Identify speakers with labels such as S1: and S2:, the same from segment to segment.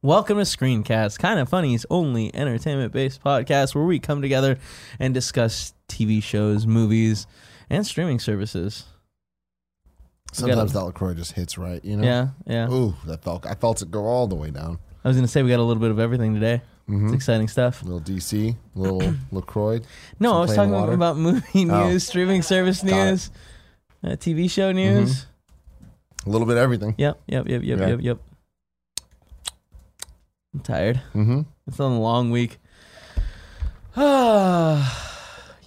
S1: Welcome to Screencast, kind of funny's only entertainment based podcast where we come together and discuss TV shows, movies, and streaming services.
S2: Sometimes that LaCroix just hits right, you know?
S1: Yeah, yeah.
S2: Ooh, that felt I felt it go all the way down.
S1: I was going to say we got a little bit of everything today.
S2: Mm-hmm.
S1: It's exciting stuff.
S2: Little DC, little LaCroix.
S1: No, I was
S2: plain
S1: talking
S2: water.
S1: about movie news,
S2: Oh.
S1: streaming service
S2: it. Mm-hmm.
S1: news, uh, TV show news.
S2: A little bit of everything.
S1: Yep, yep, yep, yep,
S2: Yeah.
S1: yep, yep. I'm tired.
S2: Mm-hmm.
S1: It's been a long week. you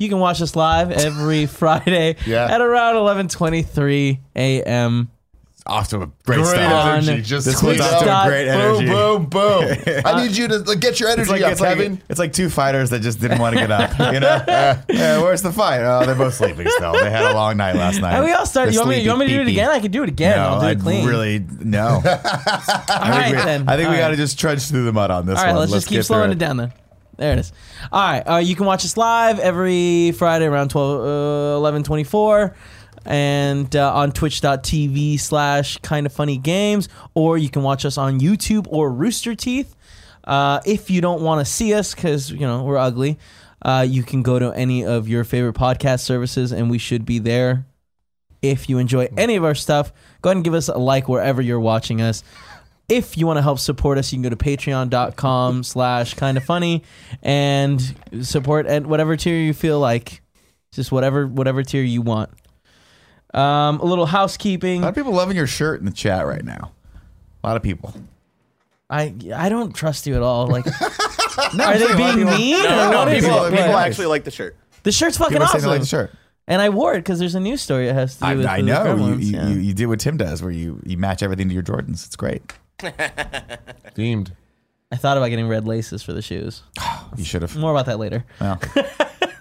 S1: can watch us live every Friday
S2: Yeah.
S1: at around 11:23 a.m.
S3: off to a great,
S2: Great
S3: start.
S1: energy.
S3: On
S2: Just
S3: this one's
S2: tweet
S3: off to
S1: out.
S3: a great energy.
S2: Boom, boom, boom. I need you to like, get your energy
S3: It's like,
S2: up,
S3: it's, like,
S2: Kevin.
S3: it's like two fighters that just didn't want to get up. You know, Eh, eh, where's the fight? Oh, they're both sleeping still. They had a long night last night.
S1: And we all start.
S3: They're
S1: You want, me, you
S3: sleepy,
S1: want me to do it
S3: peepy.
S1: again? I can do it again.
S3: no,
S1: I'll do it clean.
S3: I really no.
S1: All right,
S3: we,
S1: then.
S3: I think
S1: All
S3: we
S1: right.
S3: got to just trudge through the mud on this
S1: All right,
S3: one.
S1: let's, just keep
S3: get through
S1: slowing it. down then. There it is. All right, uh, you can watch us live every Friday around 12, uh, 11, and uh, on twitch.tv slash kind of funny games, or you can watch us on YouTube or Rooster Teeth. Uh, if you don't want to see us because, you know, we're ugly, uh, you can go to any of your favorite podcast services and we should be there if you enjoy any of our stuff, go ahead and give us a like wherever you're watching us. If you want to help support us, you can go to patreon.com slash kind of funny and support at whatever tier you feel like. Just whatever whatever tier you want. Um, a little housekeeping.
S3: A lot of people loving your shirt in the chat right now. A lot of people.
S1: I I don't trust you at all. Like Are they
S3: saying a lot of
S1: being
S3: people-
S1: mean? or what is
S3: people-
S1: it?
S3: people
S1: What?
S3: like-
S4: like the shirt.
S1: the shirt's fucking
S3: People saying
S1: awesome.
S3: they like the shirt.
S1: And I wore it because there's a news story that has to do
S3: I,
S1: with
S3: I
S1: with the
S3: know you,
S1: Gremlins,
S3: you,
S1: yeah.
S3: you, you did what Tim does, where you, you match everything to your Jordans. It's great.
S2: Themed.
S1: I thought about getting red laces for the shoes.
S3: You should have.
S1: More about that later.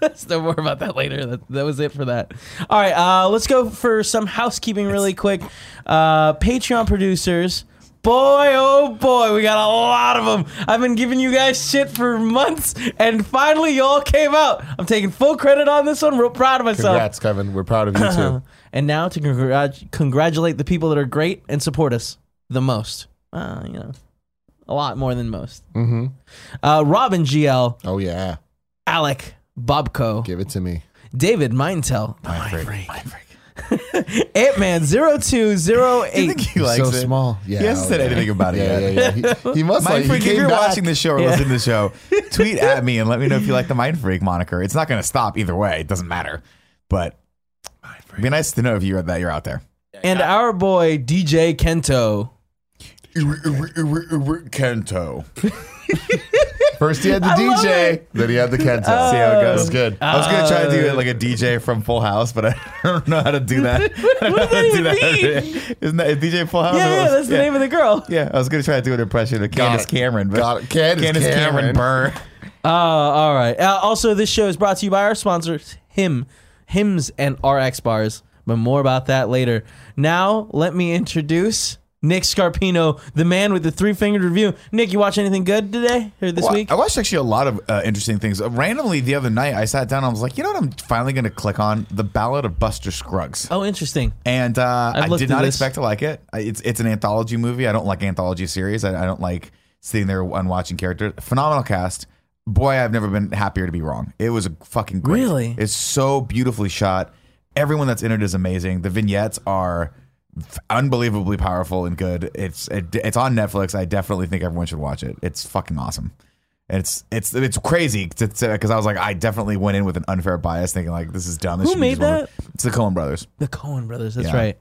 S3: Well,
S1: Still more about that later. That, that was it for that. All right, uh, let's go for some housekeeping really quick. Uh, Patreon producers. Boy, oh boy, we got a lot of them. I've been giving you guys shit for months, and finally, y'all came out. I'm taking full credit on this one. Real proud of myself.
S2: Congrats, Kevin. We're proud of you too.
S1: And now to congrat- congratulate the people that are great and support us the most. Uh, you know, a lot more than most.
S2: Mm-hmm.
S1: Uh, Robin GL,
S2: Oh yeah.
S1: Alec, Bobco,
S2: Give it to me.
S1: David Mindtel,
S3: mind freak. Mind freak.
S1: Ant Man 0208.
S3: I think he likes
S2: so
S3: it.
S2: small. Yeah.
S3: he hasn't
S2: oh,
S3: said
S2: yeah.
S3: anything about it
S2: Yeah,
S3: yet.
S2: yeah, yeah. He, he must
S3: Mind
S2: like.
S3: Freak,
S2: he
S3: if
S2: came
S3: you're
S2: back.
S3: watching the show or listening to the show, tweet at me and let me know if you like the Mind Freak moniker. It's not going to stop either way. It doesn't matter. But it'd be nice to know if you're that you're out there.
S1: and our boy DJ Kento.
S3: Kento.
S2: First he had the DJ, then he had the Kento.
S3: See how
S1: Oh.
S3: it goes.
S2: That's good.
S3: I was gonna try to do it like a DJ from Full House, but I don't know how to do that. I don't
S1: What does
S3: know how
S1: that
S3: to do
S1: even
S3: that. Isn't that is DJ Full House?
S1: Yeah, yeah, that's the
S3: yeah.
S1: name of the girl.
S3: Yeah, I was gonna try to do an impression of
S2: Got
S3: Candace
S2: it.
S3: Cameron, but
S2: Got it. Candace
S3: Candace
S2: Cameron.
S3: Cameron, Burr.
S1: Uh, all right. Uh, also, this show is brought to you by our sponsors, Him, Hims, and RX Bars. But more about that later. Now, let me introduce Nick Scarpino, the man with the three fingered review. Nick, you watch anything good today or this
S3: Well,
S1: week?
S3: I watched actually a lot of uh, interesting things. Uh, randomly, the other night, I sat down and I was like, you know what? I'm finally going to click on the Ballad of Buster Scruggs,
S1: oh, interesting.
S3: and uh,
S1: I've
S3: I
S1: looked
S3: did
S1: through
S3: not
S1: this.
S3: expect to like it. I, it's it's an anthology movie. I don't like anthology series. I, I don't like sitting there and watching characters. Phenomenal cast. Boy, I've never been happier to be wrong. It was a fucking great.
S1: Really?
S3: it's so beautifully shot. Everyone that's in it is amazing. The vignettes are f- unbelievably powerful and good. It's it, it's on Netflix. I definitely think everyone should watch it. It's fucking awesome. And It's it's it's crazy because I was like I definitely went in with an unfair bias thinking like this is dumb. This
S1: Who
S3: should be
S1: made
S3: just one-
S1: that?
S3: It's the Coen Brothers.
S1: The Cohen brothers. That's
S3: Yeah.
S1: right.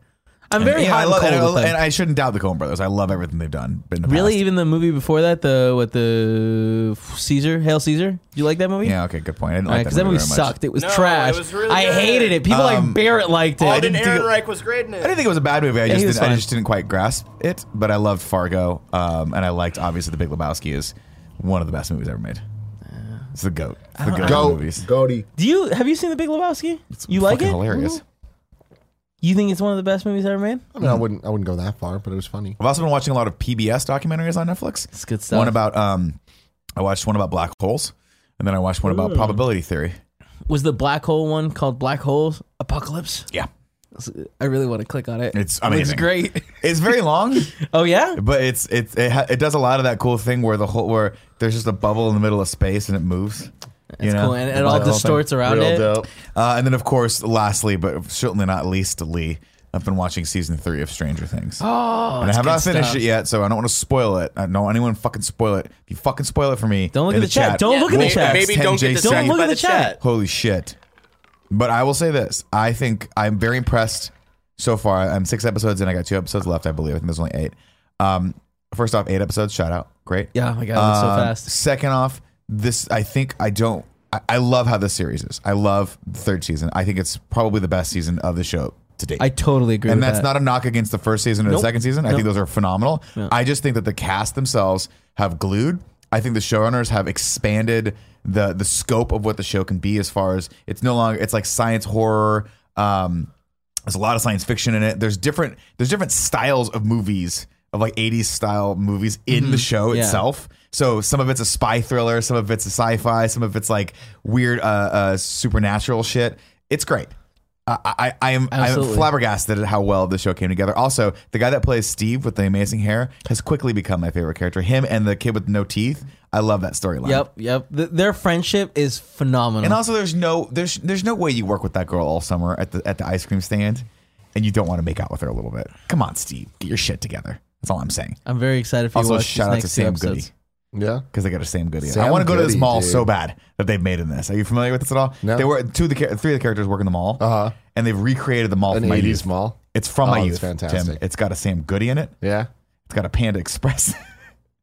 S1: I'm very
S3: Yeah,
S1: hot
S3: I
S1: and
S3: love
S1: cold
S3: and,
S1: with
S3: I,
S1: them.
S3: and I shouldn't doubt the Coen Brothers. I love everything they've done. in the
S1: really,
S3: past.
S1: even the movie before that, the what the Caesar, Hail Caesar. Do you like that movie?
S3: Yeah. Okay. Good point. I didn't like
S1: because that
S3: movie
S1: movie
S3: very much. Um,
S1: sucked. It was
S4: No, it
S1: trash.
S4: was really
S1: I
S4: good.
S1: hated it. People like Barrett liked it.
S3: I
S4: Alden
S3: didn't think it-
S4: Ehrenreich was great in it.
S3: I didn't think it was a bad movie. I
S1: he
S3: just,
S1: was
S3: didn't, I
S1: fine.
S3: just didn't quite grasp it, but I loved Fargo, um, and I liked obviously The Big Lebowski is one of the best movies ever made. It's the goat. It's the goat of
S2: Go,
S3: movies.
S2: Goaty.
S1: Do you have you seen The Big Lebowski?
S3: It's
S1: you like it? Mm-hmm.
S3: fucking Hilarious.
S1: You think it's one of the best movies ever made?
S2: I mean, I wouldn't, I wouldn't go that far, but it was funny.
S3: I've also been watching a lot of PBS documentaries on Netflix.
S1: It's good stuff.
S3: One about um, I watched one about black holes, and then I watched one about probability theory.
S1: Was the black hole one called Black Holes Apocalypse?
S3: Yeah,
S1: I really want to click on it.
S3: It's
S1: It's
S3: amazing.
S1: great.
S3: it's very long,
S1: Oh yeah.
S3: but it's it's it, ha- it does a lot of that cool thing where the whole where there's just a bubble in the middle of space and it moves. you know,
S1: cool. And it
S3: The
S1: all
S3: black hole thing.
S1: distorts around
S2: Real
S1: it.
S2: dope.
S3: Uh, and then, of course, lastly, but certainly not leastly, I've been watching season three of Stranger Things. Oh, and I have not
S1: good
S3: finished
S1: stuff.
S3: it yet, so I don't want to spoil it. I don't want anyone to fucking spoil it. If you fucking spoil it for me,
S1: Don't look
S3: in
S1: at the chat. Don't look at the
S3: we'll
S1: chat.
S3: text
S4: Maybe
S3: him,
S4: don't get
S1: Don't
S3: JC.
S4: distracted
S1: look
S4: by
S1: at the
S4: the
S1: chat.
S4: chat.
S3: Holy shit! But I will say this: I think I'm very impressed so far. I'm six episodes in. I got two episodes left, I believe. I think there's only eight. Um, first off, eight episodes. Shout out, great.
S1: Yeah, oh my god, it's so
S3: Um,
S1: fast.
S3: Second off, this I think I don't. I, I love how this series is. I love the third season. I think it's probably the best season of the show to date.
S1: I totally agree.
S3: and
S1: with
S3: that's
S1: that.
S3: not a knock against the first season or
S1: Nope.
S3: the second season. I
S1: Nope.
S3: think those are phenomenal. I just think that the cast themselves have glued. I think the showrunners have expanded the the scope of what the show can be as far as it's no longer it's like science horror. Um, there's a lot of science fiction in it. There's different there's different styles of movies of like 80s style movies in the show
S1: Mm-hmm. Yeah.
S3: itself. So some of it's a spy thriller, some of it's a sci-fi, some of it's like weird uh, uh, supernatural shit. It's great. I, I, I am I am
S1: Absolutely.
S3: flabbergasted at how well the show came together. Also, the guy that plays Steve with the amazing hair has quickly become my favorite character. Him and the kid with no teeth. I love that storyline.
S1: Yep, yep. Th- their friendship is phenomenal.
S3: And also, there's no there's there's no way you work with that girl all summer at the at the ice cream stand, and you don't want to make out with her a little bit. Come on, Steve, get your shit together. That's all I'm saying.
S1: I'm very excited for you
S3: Also,
S1: watch these
S3: shout out
S1: next
S3: to
S1: two
S3: Sam
S1: episodes.
S3: Goody
S2: Yeah.
S3: because they got a Sam Goody. in it. I
S2: Sam
S3: want to go to this
S2: Goody,
S3: mall
S2: dude.
S3: so bad that they've made in this. Are you familiar with this at all?
S2: No.
S3: They were two of the char- three of the characters work in the mall, uh-huh. and they've recreated the mall
S2: An
S3: from my
S2: 80s
S3: youth.
S2: mall.
S3: It's from my
S2: Oh, it's
S3: youth. Tim.
S2: fantastic.
S3: It's got a Sam Goody in it.
S2: Yeah.
S3: It's got a Panda Express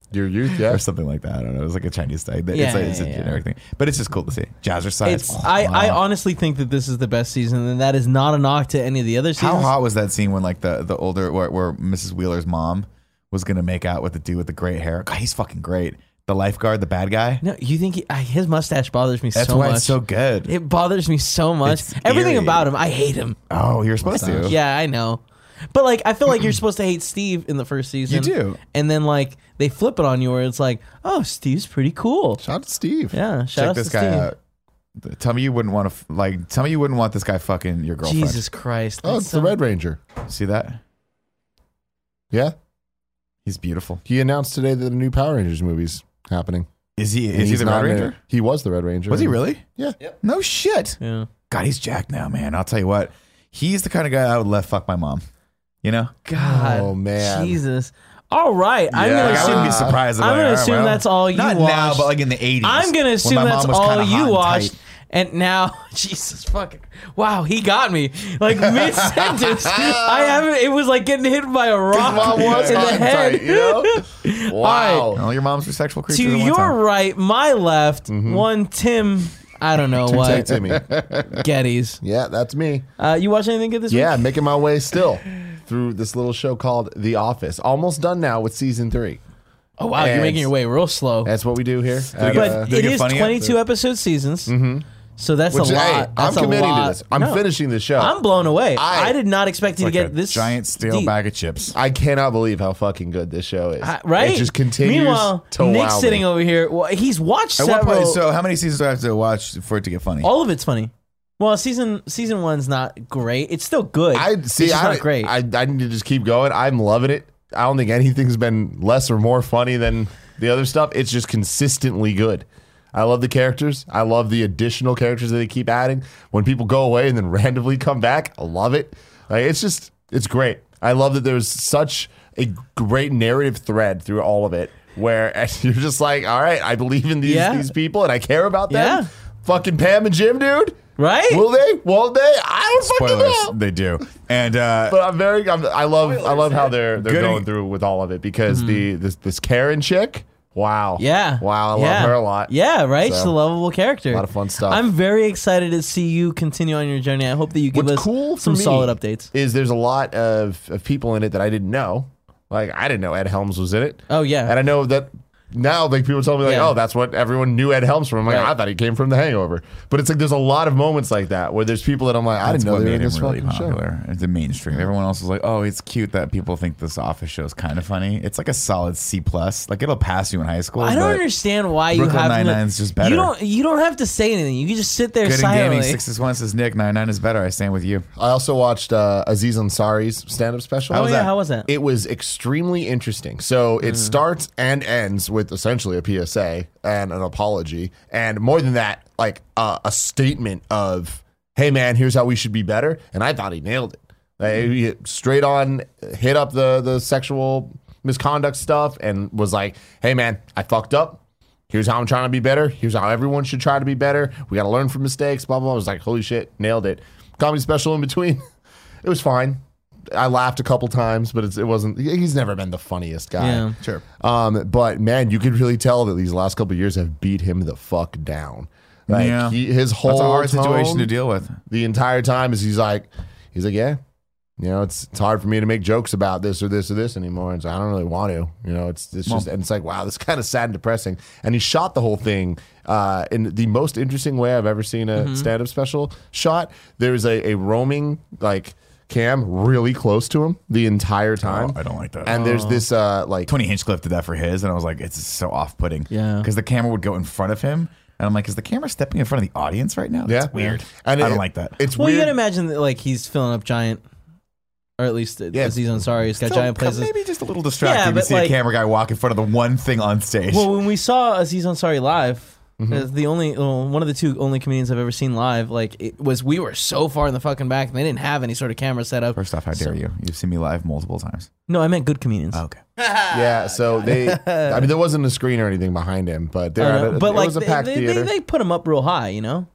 S2: Your youth. Yeah.
S3: or something like that. I don't know. It's like a Chinese thing. It's,
S1: Yeah,
S3: like, it's
S1: yeah,
S3: a
S1: yeah.
S3: generic thing. But it's just cool to see. Jazzercise.
S1: It's I, I honestly think that this is the best season, and that is not a knock to any of the other seasons.
S3: How hot was that scene when like the the older where, where Mrs. Wheeler's mom was gonna make out with the dude with the great hair? God, he's fucking great. The lifeguard, the bad guy.
S1: No, you think he, I, his mustache bothers me
S3: That's
S1: so
S3: why
S1: much.
S3: it's so good.
S1: it bothers me so much.
S3: It's
S1: Everything
S3: eerie.
S1: about him, I hate him.
S3: oh, you're supposed to.
S1: Yeah, I know. But like, I feel like you're supposed to hate Steve in the first season.
S3: You do.
S1: and then like they flip it on you, where it's like, oh, Steve's pretty cool.
S2: Shout out to Steve.
S1: Yeah, shout
S3: Check
S1: out
S3: this
S1: to
S3: guy
S1: Steve.
S3: out. Tell me you wouldn't want to f- like. Tell me you wouldn't want this guy fucking your girlfriend.
S1: Jesus Christ!
S2: Oh,
S1: that's
S2: it's
S1: so-
S2: the Red Ranger.
S3: See that?
S2: Yeah.
S3: He's beautiful.
S2: He announced today that the new Power Rangers movie's happening.
S3: Is he?
S2: And
S3: Is he
S2: he's
S3: the Red
S2: not in it.
S3: Ranger?
S2: He was the Red Ranger.
S3: Was he really?
S2: Yeah.
S3: No shit.
S1: Yeah.
S3: God, he's jacked now, man. I'll tell you what. He's the kind of guy I would left fuck my mom. You know?
S1: God.
S2: Oh, man.
S1: Jesus. All right. I'm
S3: Yeah,
S1: gonna
S3: like, I
S1: assume.
S3: wouldn't be surprised. If
S1: I'm
S3: like,
S1: gonna
S3: all
S1: assume
S3: well,
S1: that's all you
S3: not now,
S1: watched.
S3: but like in the '80s.
S1: I'm
S3: when
S1: gonna
S3: my
S1: assume
S3: mom
S1: that's
S3: was
S1: all
S3: kinda hot
S1: you
S3: and
S1: watched.
S3: tight.
S1: And now, Jesus fucking, wow, he got me. Like mid sentence, I haven't. It was like getting hit by a rock
S2: mom was
S1: in the
S2: hot and
S1: head.
S2: tight, you know? Wow.
S3: All your moms were sexual
S1: to
S3: creatures. at one
S1: your
S3: time.
S1: right, my left, one Tim. I don't know
S2: Say
S1: what
S2: to me.
S1: Gettys.
S2: Yeah, that's me.
S1: Uh, you watch anything good this
S2: Yeah,
S1: week?
S2: making my way still through this little show called The Office. Almost done now with season three.
S1: Oh wow, you're
S2: And-
S1: making your way real slow.
S2: That's what we do here. Uh,
S1: But
S3: Did it
S1: it
S3: get
S1: is
S3: funny yet?
S1: 22 episode seasons, so that's
S2: which,
S1: a lot.
S2: hey, I'm
S1: That's a
S2: committing to
S1: lot.
S2: this. I'm
S1: No.
S2: finishing the show.
S1: I'm blown away. I,
S2: I-
S1: did not expect you
S3: Like
S1: to
S3: a
S1: get this
S3: giant steel
S1: deep.
S3: bag of chips.
S2: I cannot believe how fucking good this show is.
S1: Uh, right?
S2: It just continues
S1: Meanwhile,
S2: to
S1: Nick's
S2: wow
S1: sitting
S2: me.
S1: over here. Well, he's watched
S3: At
S1: several. Oh,
S3: what point? So how many seasons do I have to watch for it to get funny?
S1: all of it's funny. Well, season season one's not great. It's still good.
S2: I
S1: It's
S2: see.
S1: just
S2: I,
S1: not great.
S2: I I need to just keep going. I'm loving it. I don't think anything's been less or more funny than the other stuff. It's just consistently good. I love the characters. I love the additional characters that they keep adding. When people go away and then randomly come back, I love it. Like, it's just it's great. I love that there's such a great narrative thread through all of it where you're just like, all right, I believe in these
S1: Yeah.
S2: these people and I care about them.
S1: Yeah.
S2: fucking Pam and Jim, dude?
S1: Right?
S2: Will they? Won't they? I don't
S3: Spoilers,
S2: fucking know.
S3: they do. And uh,
S2: But I'm very. I'm, I love. I love how they're they're
S3: Good.
S2: going through with all of it because the this this Karen chick. Wow.
S1: Hmm. Yeah.
S2: Wow. I love
S1: Yeah.
S2: her a lot.
S1: Yeah, right? She's a
S2: So,
S1: lovable character. A
S2: lot of fun stuff.
S1: I'm very excited to see you continue on your journey. I hope that you give
S2: What's
S1: us
S2: cool for
S1: some
S2: me
S1: solid updates.
S2: Is there's a lot of, of people in it that I didn't know. Like I didn't know Ed Helms was in it.
S1: Oh, yeah.
S2: And I know that now, like people tell me, like,
S1: Yeah.
S2: oh, that's what everyone knew Ed Helms from. I'm like,
S1: Right.
S2: I thought he came from The Hangover. But it's like there's a lot of moments like that where there's people that I'm like, I didn't
S3: that's
S2: know
S3: what
S2: they were in
S3: made
S2: this
S3: him really
S2: fucking show.
S3: popular. It's the mainstream. Everyone else was like, "Oh, it's cute that people think this Office show is kind of funny." It's like a solid C plus. Like it'll pass you in high school.
S1: I don't
S3: but
S1: understand why you
S3: Brooklyn
S1: have
S3: Nine-Nine's just better.
S1: You don't you don't have to say anything. You can just sit there
S3: Good in
S1: silently.
S3: gaming. Six is one says Nick. Nine nine is better. I stand with you.
S2: I also watched uh, Aziz Ansari's stand up special.
S1: Oh, yeah, how was that?
S2: It was extremely interesting. So it starts and ends with essentially a PSA and an apology. And more than that, like uh, a statement of, hey, man, here's how we should be better. And I thought he nailed it. Like, he straight on hit up the, the sexual misconduct stuff and was like, hey, man, I fucked up. Here's how I'm trying to be better. Here's how everyone should try to be better. We got to learn from mistakes, blah, blah, blah. I was like, holy shit, nailed it. Comedy special in between. it was fine. I laughed a couple times, but it's, it wasn't. he- He's never been the funniest guy.
S1: Yeah.
S3: Sure.
S2: Um, but man, you could really tell that these last couple of years have beat him the fuck down. Like
S3: Yeah.
S2: he, his whole
S3: That's a hard situation
S2: tone
S3: to deal with.
S2: the entire time is he's like, he's like, yeah, you know, it's it's hard for me to make jokes about this or this or this anymore, and so I don't really want to. You know, it's it's just and it's like, wow, this kind of sad and depressing. And he shot the whole thing uh, in the most interesting way I've ever seen
S3: Mm-hmm.
S2: a stand-up special shot. There's a a roaming like cam really close to him the entire time.
S3: Oh, I don't like Oh. that.
S2: And there's this uh like
S3: Tony Hinchcliffe did that for his, and I was like, it's so off putting.
S1: Yeah.
S3: Because the camera would go in front of him, and I'm like, is the camera stepping in front of the audience right now? That's weird.
S2: And
S3: I
S2: it-
S3: don't like that.
S2: It's
S1: Well, you
S2: weird.
S1: gotta imagine that like he's filling up giant, or at least yeah,
S2: Yeah.
S1: Aziz Ansari has got
S3: So,
S1: giant places.
S3: Maybe just a little distracting to
S1: but
S3: see
S1: like-
S3: a camera guy walk in front of the one thing on stage.
S1: Well, when we saw Aziz Ansari live,
S2: Mm-hmm.
S1: it's the only well, one of the two only comedians I've ever seen live, like it was we were so far in the fucking back, and they didn't have any sort of camera set up.
S3: First off, how dare you? You've seen me live multiple times.
S1: No, I meant good comedians.
S2: Oh.
S1: Uh,
S3: Okay.
S2: yeah, so they I mean there wasn't a screen or anything behind him, but
S1: I
S2: there
S1: don't know, but
S2: it
S1: like
S2: was a
S1: they,
S2: packed
S1: they, they,
S2: theater.
S1: they put him up real high, you know.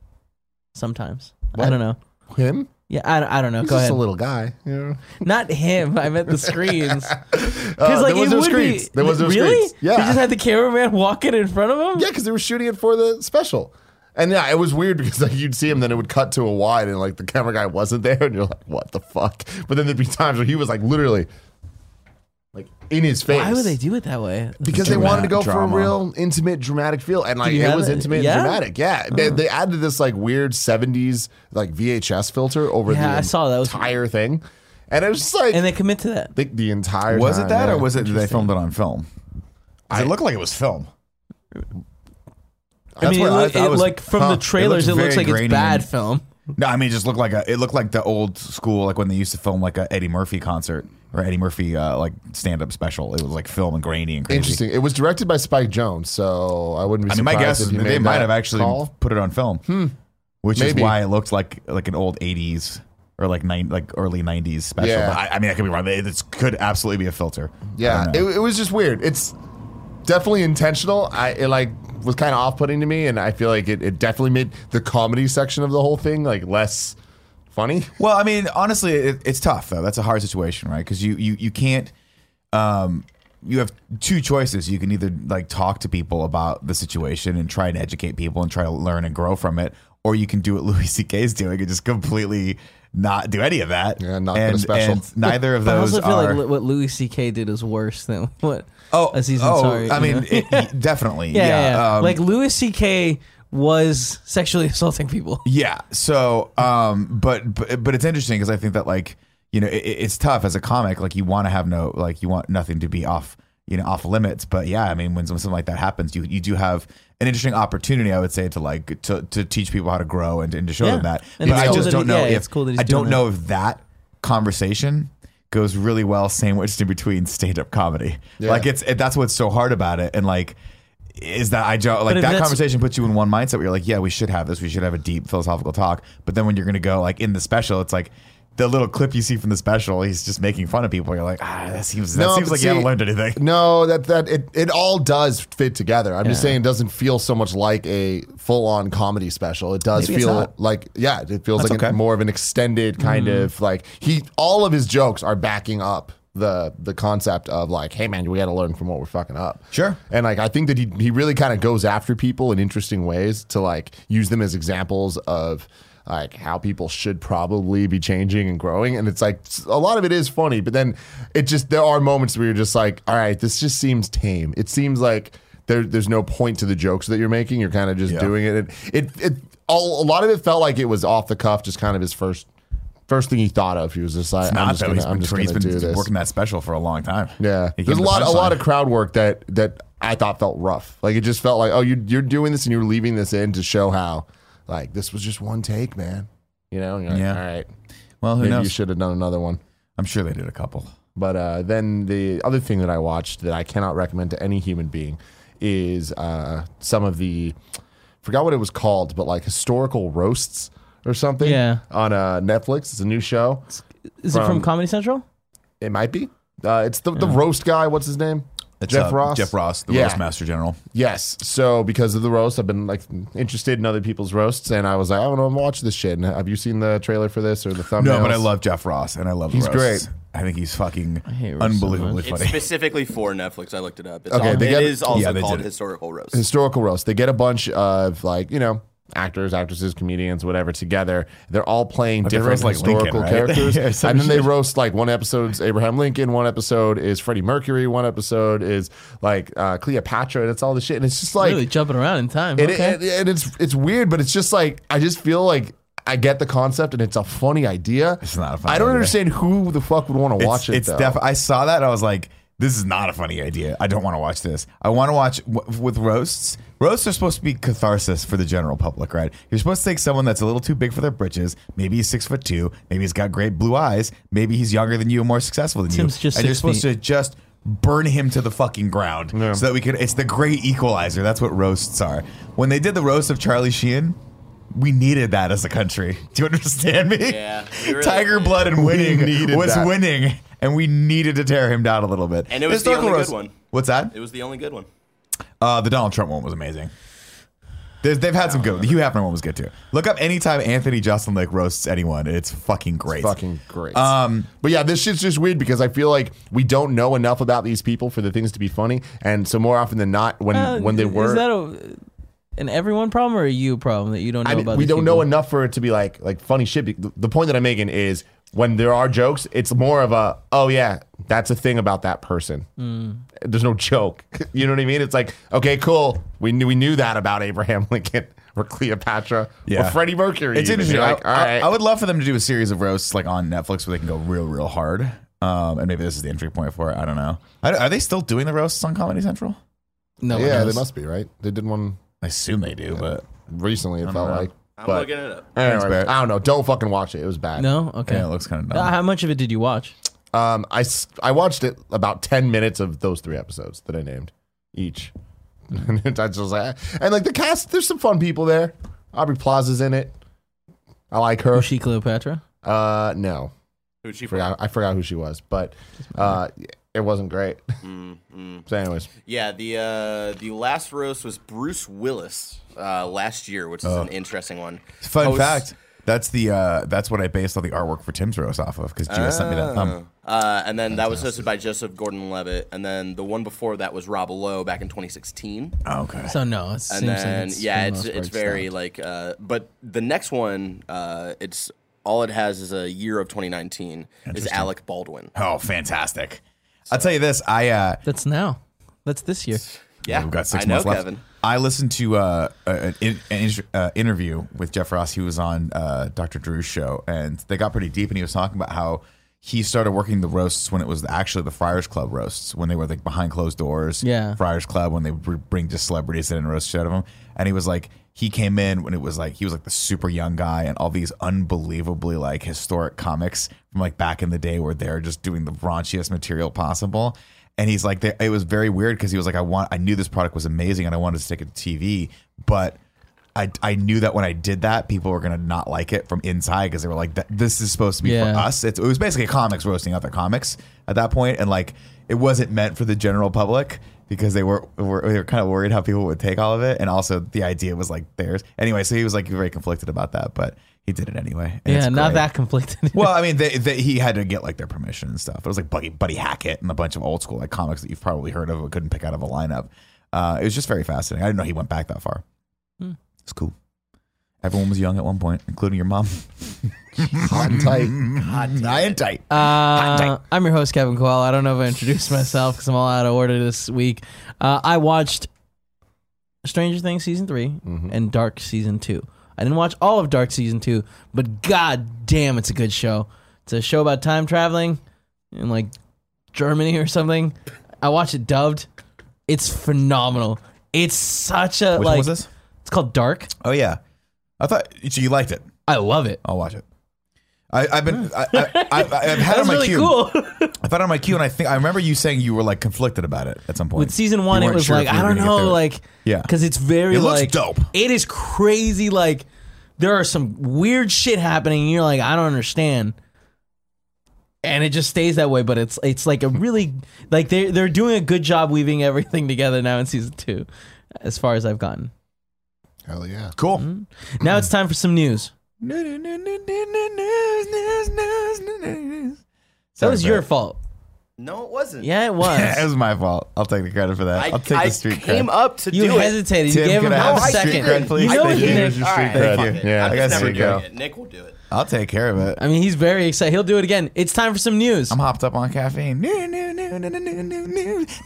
S1: Sometimes I
S2: What?
S1: don't know.
S2: him?
S1: Yeah, I, don't- I don't know.
S2: He's
S1: Go
S2: just
S1: ahead.
S2: a little guy. You know?
S1: Not him. I meant the screens.
S2: Uh,
S1: Because like
S2: there was
S1: it
S2: no
S1: would
S2: screens.
S1: be
S2: There was no
S1: really.
S2: screens. Yeah,
S1: They just had the cameraman walking in front of him.
S2: yeah, because they were shooting it for the special. And yeah, it was weird because like you'd see him, then it would cut to a wide, and like the camera guy wasn't there, and you're like, "What the fuck?" But then there'd be times where he was like literally, like in his face.
S1: Why would they do it that way?
S2: Because they wanted to go for
S3: Drama.
S2: a real intimate, dramatic feel, and like
S1: you
S2: it
S1: have
S2: was
S1: it?
S2: intimate
S1: Yeah? Uh-huh.
S2: and dramatic. Yeah, they, they added this like weird '70s like VHS filter over
S1: Yeah,
S2: the
S1: I saw that. It was-
S2: entire thing, and it was just like
S1: and they commit to that.
S2: the, the entire
S3: Was
S2: time,
S3: it that,
S2: yeah.
S3: or was it that they filmed it on film? 'Cause it looked like it was film.
S1: I mean, it,
S3: what I
S1: look,
S3: thought
S1: it
S3: was-
S1: like from
S2: huh,
S1: the
S2: it
S1: trailers, it looks,
S3: looks very
S1: like
S3: grainy
S1: it's bad
S3: and-
S1: film.
S3: No, I mean, it just looked like a. It looked like the old school, like when they used to film like a Eddie Murphy concert or Eddie Murphy uh, like stand up special. It was like film and grainy and crazy.
S2: Interesting. It was directed by Spike Jones, so I wouldn't be
S3: I mean,
S2: surprised.
S3: my guess
S2: if
S3: is
S2: he
S3: that
S2: made
S3: they might
S2: that
S3: have actually
S2: call. Hmm.
S3: put it on film, which
S2: Maybe.
S3: is why it looked like like an old '80s or like nine like early '90s special.
S2: Yeah.
S3: But I, I mean, I could be wrong. It it's- could absolutely be a filter. I
S2: Yeah,
S3: don't
S2: it,
S3: know.
S2: it was just weird. It's definitely intentional. I it like was kind of off putting to me, and I feel like it, it definitely made the comedy section of the whole thing like less funny.
S3: well, I mean, honestly, it, it's tough though. That's a hard situation, right? Because you you you can't. Um, you have two choices. You can either like talk to people about the situation and try and educate people and try to learn and grow from it, or you can do what Louis C.K. is doing and just completely not do any of that.
S2: Yeah, not put a
S3: and,
S2: special.
S3: and neither of
S1: But I
S3: those
S1: also feel
S3: are Oh,
S1: like li- what Louis C.K. did is worse than what Aziz Ansari.
S3: I
S1: you
S3: mean,
S1: know?
S3: it, y- definitely.
S1: yeah,
S3: yeah.
S1: yeah, yeah.
S3: um,
S1: like Louis C.K. was sexually assaulting people.
S3: yeah. So, um, but, but, but it's interesting because I think that like, you know, it, it's tough as a comic, like you want to have no, like you want nothing to be off, you know, off limits. But yeah, I mean, when something like that happens, you, you do have an interesting opportunity, I would say, to like, to, to teach people how to grow and, and to show
S1: Yeah.
S3: them that.
S1: And
S3: but
S1: it's
S3: I
S1: cool
S3: just
S1: that
S3: don't
S1: he-
S3: know
S1: yeah,
S3: if,
S1: it's cool that he's
S3: I don't
S1: doing that.
S3: know if that conversation goes really well sandwiched in between stand-up comedy. Like it's, it, that's what's so hard about it. And like, is that I don't like
S1: if
S3: that
S1: that's-
S3: conversation puts you in one mindset where you're like, yeah, we should have this. We should have a deep philosophical talk. But then when you're going to go like in the special, it's like, the little clip you see from the special, he's just making fun of people. You're like, ah, that seems that
S2: No,
S3: seems
S2: but
S3: like you haven't
S2: see-
S3: learned anything.
S2: No, that that it, it all does fit together. I'm just saying it doesn't feel so much like a full on comedy special. It does
S3: Maybe it's
S2: feel
S3: not.
S2: like yeah, it feels
S3: That's
S2: like an-
S3: okay. Mm.
S2: more of an extended kind of like he all of his jokes are backing up the the concept of like, hey man, we gotta learn from what we're fucking up.
S3: Sure.
S2: And like I think that he he really kind of goes after people in interesting ways to like use them as examples of like how people should probably be changing and growing. And it's like s- a lot of it is funny, but then it just there are moments where you're just like, all right, this just seems tame. It seems like there there's no point to the jokes that you're making. You're kind of just
S3: Yeah.
S2: doing it. It it, it all, a lot of it felt like it was off the cuff, just kind of his first first thing he thought of. He was just like, I'm
S3: Not
S2: just
S3: though.
S2: gonna,
S3: He's
S2: I'm
S3: been,
S2: just
S3: he's
S2: gonna
S3: been
S2: do this.
S3: working that special for a long time.
S2: Yeah,
S3: He
S2: there's a
S3: came to
S2: lot, a lot
S3: punchline.
S2: of crowd work that that I thought felt rough. Like it just felt like, oh, you you're doing this and you're leaving this in to show how, like this was just one take, man. You know, and you're like,
S3: Yeah.
S2: all right,
S3: Well, who
S2: maybe you
S3: knows?
S2: should have done another one.
S3: I'm sure they did a couple.
S2: But uh, then the other thing that I watched that I cannot recommend to any human being is uh, some of the forgot what it was called, but like historical roasts or something.
S1: Yeah.
S2: on uh, Netflix. It's a new show.
S1: Is it from
S2: From-
S1: Comedy Central?
S2: It might be. Uh, it's the, the roast guy. What's his name?
S3: It's,
S2: Jeff
S3: uh,
S2: Ross.
S3: Jeff Ross, the
S2: Yeah.
S3: roast master general.
S2: Yes. So because of the roast, I've been like interested in other people's roasts, and I was like, I want to watch this shit. And have you seen the trailer for this or the thumbnails?
S3: No, but I love Jeff Ross, and I love the
S2: He's
S3: roasts.
S2: great.
S3: I think he's fucking
S1: hate roasts so
S3: unbelievably
S4: It's
S3: funny.
S4: specifically for Netflix. I looked it up. It's
S2: Okay,
S4: okay,
S2: they
S4: it
S2: get-
S4: is also
S3: Yeah, they
S4: called
S3: did it.
S4: historical roast.
S2: historical roast. They get a bunch of like you know actors, actresses, comedians, whatever together. They're all playing
S3: they
S2: different
S3: roast, like,
S2: historical
S3: Lincoln, right?
S2: characters,
S3: Yeah, some
S2: and then they
S3: shit.
S2: roast like one episode's Abraham Lincoln, one episode is Freddie Mercury, one episode is like uh, Cleopatra, and it's all the shit. And it's just like
S1: really jumping around in time.
S2: And,
S1: okay.
S2: it, and it's it's weird, but it's just like I just feel like I get the concept, and it's a funny idea.
S3: It's not a funny
S2: I don't
S3: idea.
S2: understand who the fuck would want to watch it.
S3: It's
S2: though.
S3: def- I saw that. I was like, this is not a funny idea. I don't want to watch this. I want to watch w- with roasts. Roasts are supposed to be catharsis for the general public, right? You're supposed to take someone that's a little too big for their britches. Maybe he's six foot two. Maybe he's got great blue eyes. Maybe he's younger than you and more successful than
S1: Tim's
S3: you.
S1: just
S3: and you're
S1: six
S3: supposed to just burn him to the fucking ground so that we can. It's the great equalizer. That's what roasts are. When they did the roast of Charlie Sheen. We needed that as a country. Do you understand me?
S4: Yeah, we really
S3: Tiger
S4: did.
S3: blood and winning
S2: needed
S3: was
S2: that.
S3: winning, and we needed to tear him down a little bit.
S4: And it was the
S3: Historical
S4: only good
S3: roast-
S4: one.
S3: What's that?
S4: It was the only good one.
S3: Uh, the Donald Trump one was amazing. There's, they've had some good. The Hugh Hefner one was good too. Look up anytime Anthony Jocelyn Lake roasts anyone. It's fucking great.
S2: fucking great. Um, but yeah, this shit's just weird because I feel like we don't know enough about these people for the things to be funny, and so more often than not, when
S1: Uh,
S2: when they
S1: is
S2: were.
S1: that a, an everyone problem or a you problem that you don't know
S2: I mean,
S1: about?
S2: we
S1: these
S2: don't
S1: people?
S2: know enough for it to be like like funny shit. The- The point that I'm making is when there are jokes, it's more of a oh yeah, that's a thing about that person.
S3: Mm.
S2: There's no joke. You know what I mean? It's like okay, cool. We knew we knew that about Abraham Lincoln or Cleopatra
S3: Yeah.
S2: or Freddie Mercury.
S3: It's
S2: even.
S3: interesting.
S2: You're like,
S3: I,
S2: all
S3: I-
S2: right.
S3: I would love for them to do a series of roasts like on Netflix where they can go real, real hard. Um, and maybe this is the entry point for it. I don't know. I, are they still doing the roasts on Comedy Central?
S1: No, one
S2: yeah, they
S1: knows.
S2: must be right. They did one
S3: I assume they do, but
S2: recently. It felt
S3: know.
S2: like.
S4: I'm
S2: But
S4: looking it up.
S2: anyway,
S3: Thanks, Barrett.
S2: I don't know. Don't fucking watch it. It was bad.
S1: No, okay.
S3: yeah, it looks kind of
S1: Uh,
S3: dumb.
S1: How much of it did you watch?
S2: Um, I, s- I watched it about 10 minutes of those three episodes that I named each. and I just was like, and like the cast, there's some fun people there. Aubrey Plaza's in it. I like her.
S1: Was she Cleopatra?
S2: Uh, no,
S4: Who'd she
S2: forgot, I forgot who she was, but uh, it wasn't great. So, anyways,
S4: Yeah, the uh, the last roast was Bruce Willis uh, last year, which is an interesting one.
S3: Fun
S4: Hosts-
S3: fact. That's the uh, that's what I based all the artwork for Tim's roast off of because Gia sent me that thumb.
S4: Uh, and then that was hosted by Joseph Gordon-Levitt, and then the one before that was Rob Lowe back in 2016.
S3: Oh, Okay.
S1: So no, it seems
S4: and
S1: like
S4: then
S1: it's for
S4: yeah,
S1: the
S4: it's
S1: most
S4: it's
S1: part
S4: very like. Uh, but the next one, uh, it's all it has is a year of 2019 is Alec Baldwin.
S3: Oh, fantastic! I'll tell you this. I uh,
S1: That's now. That's this year.
S4: Yeah,
S3: we've got six
S4: I know
S3: months left.
S4: Kevin.
S3: I listened to uh, an, in- an inter- uh, interview with Jeff Ross. He was on uh, Dr. Drew's show, and they got pretty deep. And he was talking about how he started working the roasts when it was actually the Friars Club roasts, when they were like behind closed doors.
S1: Yeah.
S3: Friars Club when they would bring just celebrities in and roast shit out of them. And he was like, he came in when it was like he was like the super young guy, and all these unbelievably like historic comics from like back in the day were there just doing the raunchiest material possible. And he's like, they, it was very weird because he was like, I want, I knew this product was amazing, and I wanted to take it to TV, but I, I knew that when I did that, people were gonna not like it from inside because they were like, "Th- "This is supposed to be for
S1: Yeah.
S3: us." It's, it was basically comics roasting other comics at that point, and like it wasn't meant for the general public because they were, were they were kind of worried how people would take all of it, and also the idea was like theirs anyway. So he was like very conflicted about that, but he did it anyway. and
S1: yeah,
S3: it's
S1: not
S3: great.
S1: that conflicted.
S3: Well, I mean, they, they, he had to get like their permission and stuff. It was like Buddy, Buddy Hackett and a bunch of old school like comics that you've probably heard of, but couldn't pick out of a lineup. Uh, it was just very fascinating. I didn't know he went back that far.
S1: Hmm.
S3: It's cool. Everyone was young at one point, including your mom.
S2: Hot and tight.
S3: Hot and tight.
S1: Uh, I'm your host, Kevin Coyle. I don't know if I introduced myself because I'm all out of order this week. Uh, I watched Stranger Things season 3
S3: Mm-hmm.
S1: and Dark season two. I didn't watch all of Dark season two, but god damn, it's a good show. It's a show about time traveling in like Germany or something. I watched it dubbed. It's phenomenal. It's such a like.
S3: Which one was this?
S1: It's called Dark.
S3: Oh yeah, I thought so. You liked it.
S1: I love it.
S3: I'll watch it. I, I've been. I, I, I, I've had it
S1: That's
S3: on my
S1: Hmm. really
S3: queue.
S1: cool.
S3: I've had it on my queue, and I think I remember you saying you were like conflicted about it at some point.
S1: with season one, it
S3: You weren't
S1: was
S3: sure
S1: like
S3: if you
S1: I
S3: were
S1: don't
S3: gonna get
S1: know,
S3: through it.
S1: like
S3: Yeah.
S1: because it's very
S3: It looks
S1: like
S3: dope.
S1: It is crazy. Like there are some weird shit happening, and you're like, I don't understand. And it just stays that way, but it's it's like a really like they they're doing a good job weaving everything together now in season two, as far as I've gotten.
S2: Hell yeah.
S3: cool.
S1: Hmm. Now it's time for some news.
S3: That
S1: That was your fault.
S4: No, it wasn't.
S1: Yeah, it
S3: It
S1: was.
S3: was my fault. I'll take the credit for that.
S4: I,
S3: I'll take
S4: I
S3: the street
S4: came
S3: credit.
S4: up to
S1: You
S4: do it.
S1: hesitated. You
S3: Tim,
S1: gave him
S3: can I
S1: half
S3: have
S1: a
S3: a street
S1: second.
S3: cred, please?
S1: You know
S4: I
S1: he
S4: did.
S1: did.
S2: Here's your
S4: All
S2: street
S4: right,
S2: cred.
S4: fuck it.
S2: Yeah,
S4: I'm
S2: I
S4: just
S3: guess
S4: never
S3: you go.
S4: doing it. Nick will do it.
S3: I'll take care of it.
S1: I mean, he's very excited. He'll do it again. It's time for some news.
S3: I'm hopped up on caffeine. It's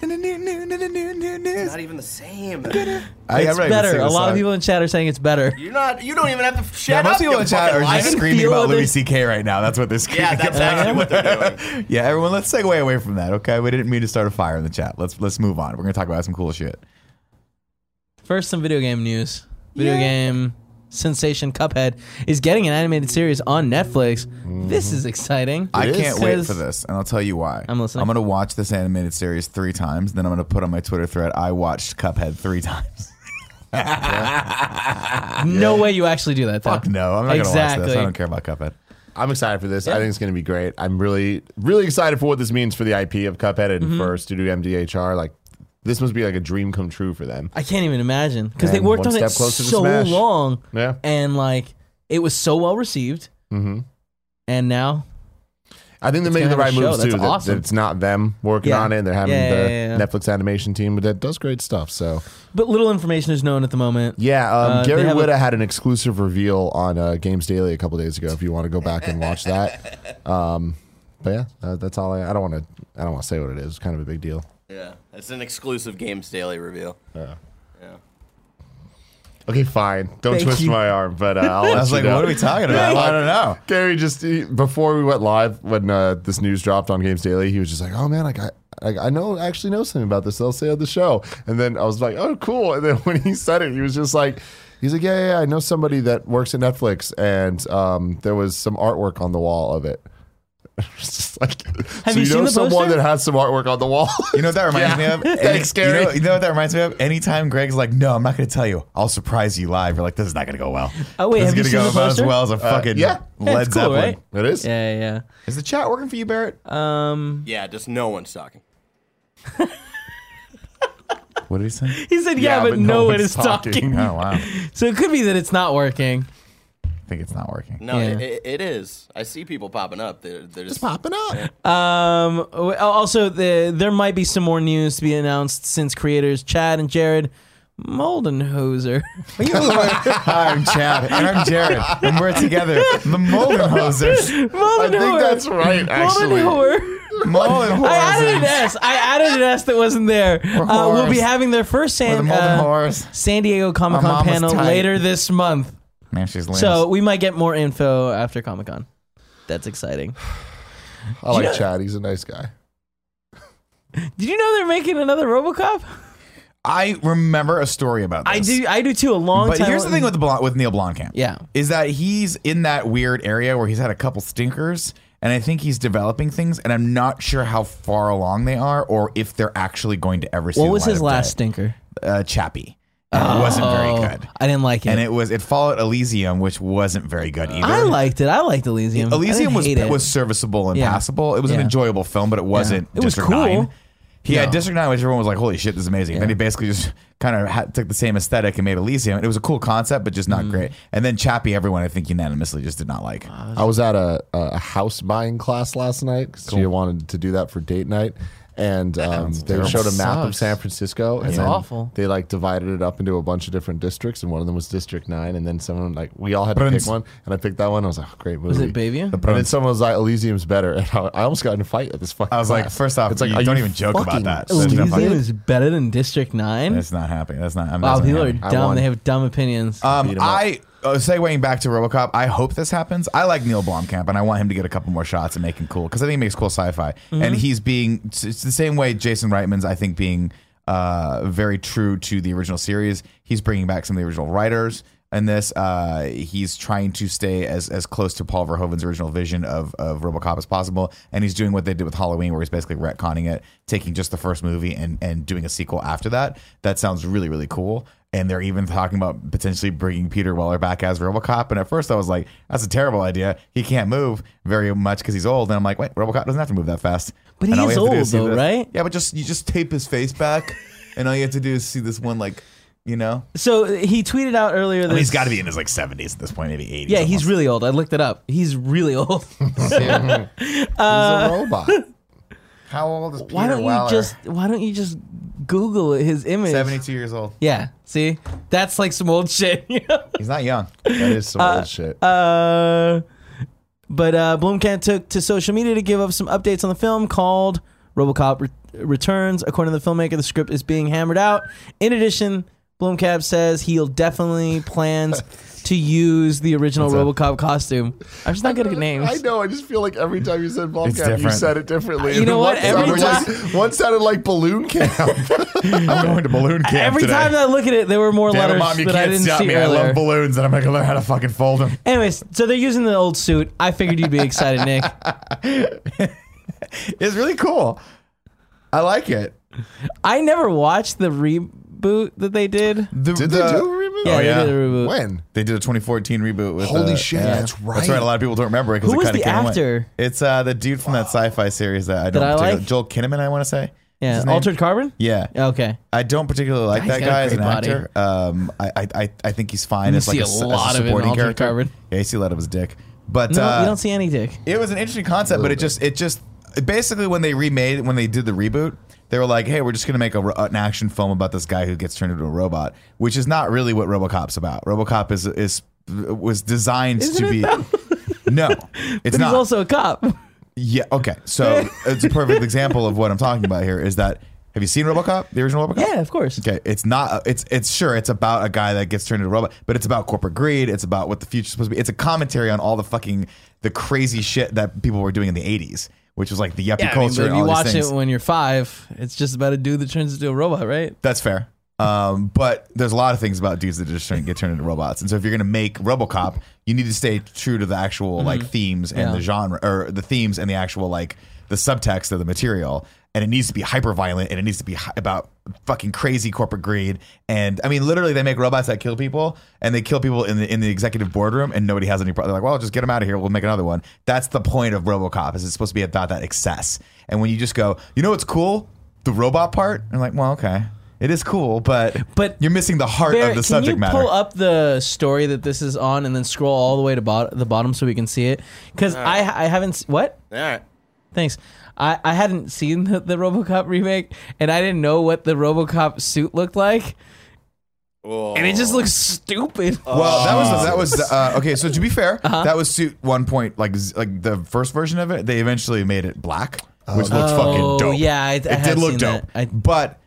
S4: It's not even the same.
S1: it's better. A lot of people in chat are saying it's better.
S4: You're not. You don't even have to
S3: Yeah,
S4: shut
S3: most
S4: up.
S3: people
S4: you
S3: in chat are
S4: fucking liar.
S3: just screaming
S1: feel
S3: about Louis
S1: this-
S3: C.K. right now. That's what they're screaming.
S4: Yeah, that's
S3: about.
S4: actually what they're doing.
S3: Yeah, everyone, let's segue away from that. Okay, we didn't mean to start a fire in the chat. Let's let's move on. We're gonna talk about some cool shit.
S1: First, some video game news. Video game sensation Cuphead is getting an animated series on Netflix. This is exciting.
S3: I
S2: is.
S3: can't wait
S1: 'Cause-
S3: for this, and I'll tell you why.
S1: I'm listening.
S3: I'm gonna watch this animated series three times, then I'm gonna put on my Twitter thread. I watched Cuphead three times.
S1: No way you actually do that. Though.
S3: Fuck no, I'm not gonna watch
S1: exactly.
S3: this. I don't care about Cuphead.
S2: I'm excited for this. I think it's going to be great. I'm really, really excited for what this means for the IP of Cuphead and for Studio MDHR. Like, this must be like a dream come true for them.
S1: I can't even imagine because they
S2: And
S1: worked on
S2: one
S1: it
S2: step closer to
S1: so
S2: Smash.
S1: long,
S2: Yeah.
S1: and like it was so well received. Mm-hmm. And now,
S2: I think they're making the
S1: gonna
S2: right
S1: have a
S2: moves
S1: show. That's
S2: too. that- that
S1: awesome.
S2: it's not them working
S1: Yeah.
S2: on it. They're having
S1: Yeah,
S2: the
S1: yeah, yeah, yeah.
S2: Netflix animation team, but that does great stuff. So
S1: but little information is known at the moment.
S2: yeah, um,
S1: Uh, they
S2: Gary
S1: have a-
S2: Whitta had an exclusive reveal on uh, Games Daily a couple days ago. If you want to go back and watch that, um, but yeah, uh, that's all. I, I don't want to. I don't want to say what it is. It's kind of a big deal.
S4: Yeah, it's an exclusive Games Daily reveal.
S2: Okay, fine. Don't
S1: Thank
S2: twist
S1: you.
S2: my arm. But uh, I'll
S3: I
S2: let
S3: was
S2: you
S3: like,
S2: know.
S3: what are we talking about? I don't know.
S2: Gary just he, before we went live when uh, this news dropped on Games Daily, he was just like, "Oh man, like, I I, I know I actually know something about this. They'll say on the show." And then I was like, "Oh cool." And then when he said it, he was just like, "He's like, yeah, yeah, yeah, I know somebody that works at Netflix, and um, there was some artwork on the wall of it." It's just like,
S1: Have
S2: so
S1: you
S2: you,
S1: seen
S2: know
S1: the
S2: someone
S1: poster?
S2: that has some artwork on the wall?
S3: You know what that reminds
S2: Yeah.
S3: me of?
S2: Thanks,
S3: Any- you know-
S2: Gary.
S3: You know, what that reminds me of? Anytime Greg's like, "No, I'm not going to tell you. I'll surprise you live." You're like, "This is not going to go well."
S1: Oh, wait,
S3: this
S1: have you
S3: is
S1: seen
S3: gonna
S1: the
S3: go about as
S1: poster?
S3: well as a fucking
S2: yeah.
S1: Yeah,
S3: Led
S1: it's cool,
S3: Zeppelin.
S1: right?
S2: it is.
S1: Yeah, yeah,
S3: Is the chat working for you, Barrett?
S1: yeah. Um,
S4: Yeah, just no one's talking.
S3: what did he say?
S1: he said, "Yeah, but, no one is talking."
S3: Oh wow, I
S1: So it could be that it's not working.
S3: think it's not working.
S4: No,
S1: Yeah.
S4: it, it, it is. I see people popping up. They're, they're just,
S2: Popping up.
S1: Um. w- Also, the, there might be some more news to be announced since creators Chad and Jared Moldenhoser.
S3: Hi, I'm Chad, and I'm Jared, and we're together, the Molenhosers.
S2: I think that's right. Actually,
S1: Moldenhoer. I added an
S3: Molenhosers.
S1: S. I added an S that wasn't there. Uh, we'll be
S3: whores.
S1: having their first
S3: We're the
S1: San, uh,
S3: Molenhors.
S1: San Diego Comic
S3: My
S1: Con
S3: mama's
S1: panel
S3: tight.
S1: later this month.
S3: Man, she's lame.
S1: So we might get more info after Comic Con. That's exciting.
S2: I like Chad. He's a nice guy.
S1: Did you know they're making another RoboCop?
S3: I remember a story about this.
S1: I do. I do too. A long
S3: But
S1: time.
S3: here's the thing with the Blan- with Neil Blomkamp.
S1: Yeah.
S3: is that he's in that weird area where he's had a couple stinkers, and I think he's developing things, and I'm not sure how far along they are, or if they're actually going to ever see.
S1: What
S3: the
S1: was
S3: light
S1: his
S3: of
S1: last
S3: day.
S1: stinker? Oh,
S3: Uh, Chappie. and it wasn't very good.
S1: I didn't like it.
S3: And it was it followed Elysium, which wasn't very good either.
S1: I liked it. I liked Elysium. I
S3: Elysium
S1: didn't
S3: was
S1: hate it.
S3: was serviceable and
S1: Yeah.
S3: passable. It was an
S1: Yeah.
S3: enjoyable film, but it wasn't
S1: It was
S3: District
S1: cool.
S3: Nine. He had
S1: No.
S3: District Nine, which everyone was like, "Holy shit, this is amazing!" Then he basically just kind of had, took the same aesthetic and made Elysium. It was a cool concept, but just not
S1: Mm.
S3: great. And then Chappie, everyone I think unanimously just did not like.
S2: I was at a, a house buying class last night because Gia wanted to do that for date night. And um, they
S1: terrible.
S2: showed a map of
S1: Sucks.
S2: San Francisco.
S1: That's
S2: and then
S1: awful.
S2: They like divided it up into a bunch of different districts, and one of them was District Nine. And then someone like we all had to
S3: Prince.
S2: pick one, and I picked that one. I was like, oh, great movie.
S1: Was it Bayview?
S2: And then someone was like, Elysium's better. And I, I almost got in a fight at this fucking.
S3: I was like,
S2: class.
S3: first off,
S2: it's like,
S3: you
S2: are
S3: don't even joke about
S2: fucking
S3: that. That's
S2: stupid?
S3: not fucking-
S1: Elysium is better than District Nine.
S3: That's not happening. That's not. I'm
S1: Wow,
S3: not
S1: people are
S3: happy.
S2: I
S1: dumb.
S2: won.
S1: They have dumb opinions.
S3: Um,
S2: Beat 'em up.
S3: I uh, segueing back to RoboCop. I hope this happens. I like Neil Blomkamp, and I want him to get a couple more shots and make him cool because I think he makes cool sci-fi.
S2: Mm-hmm.
S3: And he's being it's it's the same way Jason Reitman's. I think being uh, very true to the original series. He's bringing back some of the original writers. And this, uh, he's trying to stay as, as close to Paul Verhoeven's original vision of, of RoboCop as possible, and he's doing what they did with Halloween, where he's basically retconning it, taking just the first movie and and doing a sequel after that. That sounds really really cool and they're even talking about potentially bringing Peter Weller back as RoboCop. And at first, I was like, "That's a terrible idea. He can't move very much because he's old." And I'm like, "Wait, RoboCop doesn't have to move that fast."
S1: But
S3: And
S1: he
S3: all
S1: is
S3: you have to do
S1: old,
S3: see
S1: though,
S3: this-
S1: right?
S3: Yeah, but just you just tape his face back, and all you have to do is see this one like, you know,
S1: so he tweeted out earlier this.
S3: I mean, he's got to be in his like 70s at this point, maybe 80s.
S1: Yeah, he's
S3: almost.
S1: really old. I looked it up. He's really old.
S2: He's a robot.
S3: how old is Peter
S1: why don't
S3: Weller?
S1: you just Why don't you just Google his image?
S3: 72 years old.
S1: Yeah. See, that's like some old shit.
S3: He's not young.
S2: That is some old shit.
S1: Uh, but uh, Blomkamp took to social media to give up some updates on the film called RoboCop Re- Returns. According to the filmmaker, the script is being hammered out. In addition, Blomkamp says he'll definitely plans to use the original RoboCop costume. I'm just not good at names.
S2: I know. I just feel like every time you said Blomkamp, you
S3: different.
S2: said it differently.
S1: You know
S2: One
S1: what? Every
S2: sounded like- one sounded like balloon camp.
S3: I'm going to balloon camp
S1: Every
S3: today.
S1: time that I look at it, there were more
S3: Damn it,
S1: letters
S3: mom, you
S1: that I
S3: can't
S1: didn't
S3: stop
S1: see
S3: me.
S1: earlier.
S3: I love balloons, and I'm gonna learn how to fucking fold them.
S1: Anyways, so they're using the old suit. I figured you'd be excited, Nick.
S3: It's really cool. I like it.
S1: I never watched the reboot that they did.
S3: The,
S2: Did they do a reboot?
S1: Yeah,
S3: Oh, yeah.
S1: they did a reboot.
S2: When?
S3: They did a 2014 reboot with.
S2: Holy
S3: uh,
S2: shit, that's
S3: That's
S2: right.
S3: right. A lot of people don't remember it because
S1: Who
S3: it
S1: was
S3: kind
S1: the
S3: of came and went.
S1: actor?
S3: It's uh, the dude from that sci-fi series that I don't.
S1: I
S3: particularly-
S1: like?
S3: Joel Kinnaman, I want to say. is
S1: Yeah,
S3: his name?
S1: Altered Carbon.
S3: Yeah.
S1: Okay.
S3: I don't particularly like
S1: Guy's
S3: that
S1: got a
S3: guy as an
S1: great body.
S3: actor. Um, I, I- I I think he's fine
S1: You
S3: as like
S1: see
S3: a,
S1: a
S3: s- as
S1: lot of it in
S3: supporting
S1: Altered
S3: character.
S1: Carbon.
S3: Yeah, you see a lot of his dick, but
S1: No,
S3: uh,
S1: you don't see any dick.
S3: It was an interesting concept, but it just it just basically when they remade when they did the reboot, they were like, "Hey, we're just gonna make a, ro- an action film about this guy who gets turned into a robot," which is not really what RoboCop's about. RoboCop is is was designed to be. No, it's
S1: But
S3: not.
S1: he's also a cop.
S3: yeah, okay. So it's a perfect example of what I'm talking about here. Is that have you seen RoboCop, the original RoboCop?
S1: Yeah, of course.
S3: Okay, it's not. It's it's sure. It's about a guy that gets turned into a robot, but it's about corporate greed. It's about what the future's supposed to be. It's a commentary on all the fucking the crazy shit that people were doing in the '80s, which was like the yuppie
S1: Yeah, I mean, but
S3: culture
S1: if
S3: and
S1: you
S3: all these
S1: watch
S3: things.
S1: it when you're five, it's just about a dude that turns into a robot, right?
S3: That's fair. Um, but there's a lot of things about dudes that just turn, get turned into robots, and so if you're gonna make RoboCop, you need to stay true to the actual like themes and the genre, or the themes and the actual like the subtext of the material. And it needs to be hyper violent, and it needs to be hi- about fucking crazy corporate greed. And I mean, literally, they make robots that kill people, and they kill people in the in the executive boardroom, and nobody has any problem. They're like, well, just get them out of here. We'll make another one. That's the point of RoboCop. Is it's supposed to be about that excess. And when you just go, you know, what's cool the robot part? I'm like, well, okay. It is cool, but
S1: But
S3: you're missing the heart
S1: Barrett,
S3: of the
S1: can
S3: subject
S1: you
S3: matter.
S1: pull up the story that this is on and then scroll all the way to bot- the bottom so we can see it? Because I I haven't s- what
S4: All right.
S1: thanks. I, I hadn't seen the, the RoboCop remake and I didn't know what the RoBocop suit looked like
S4: Oh.
S1: and it just looks stupid.
S3: well, that was that was uh, okay. So to be fair,
S1: Uh-huh.
S3: that was suit one point like z- like the first version of it. They eventually made it black, which looks
S1: Oh,
S3: fucking dope.
S1: yeah, I- I
S3: it
S1: have
S3: did look
S1: seen
S3: dope.
S1: that. I-
S3: but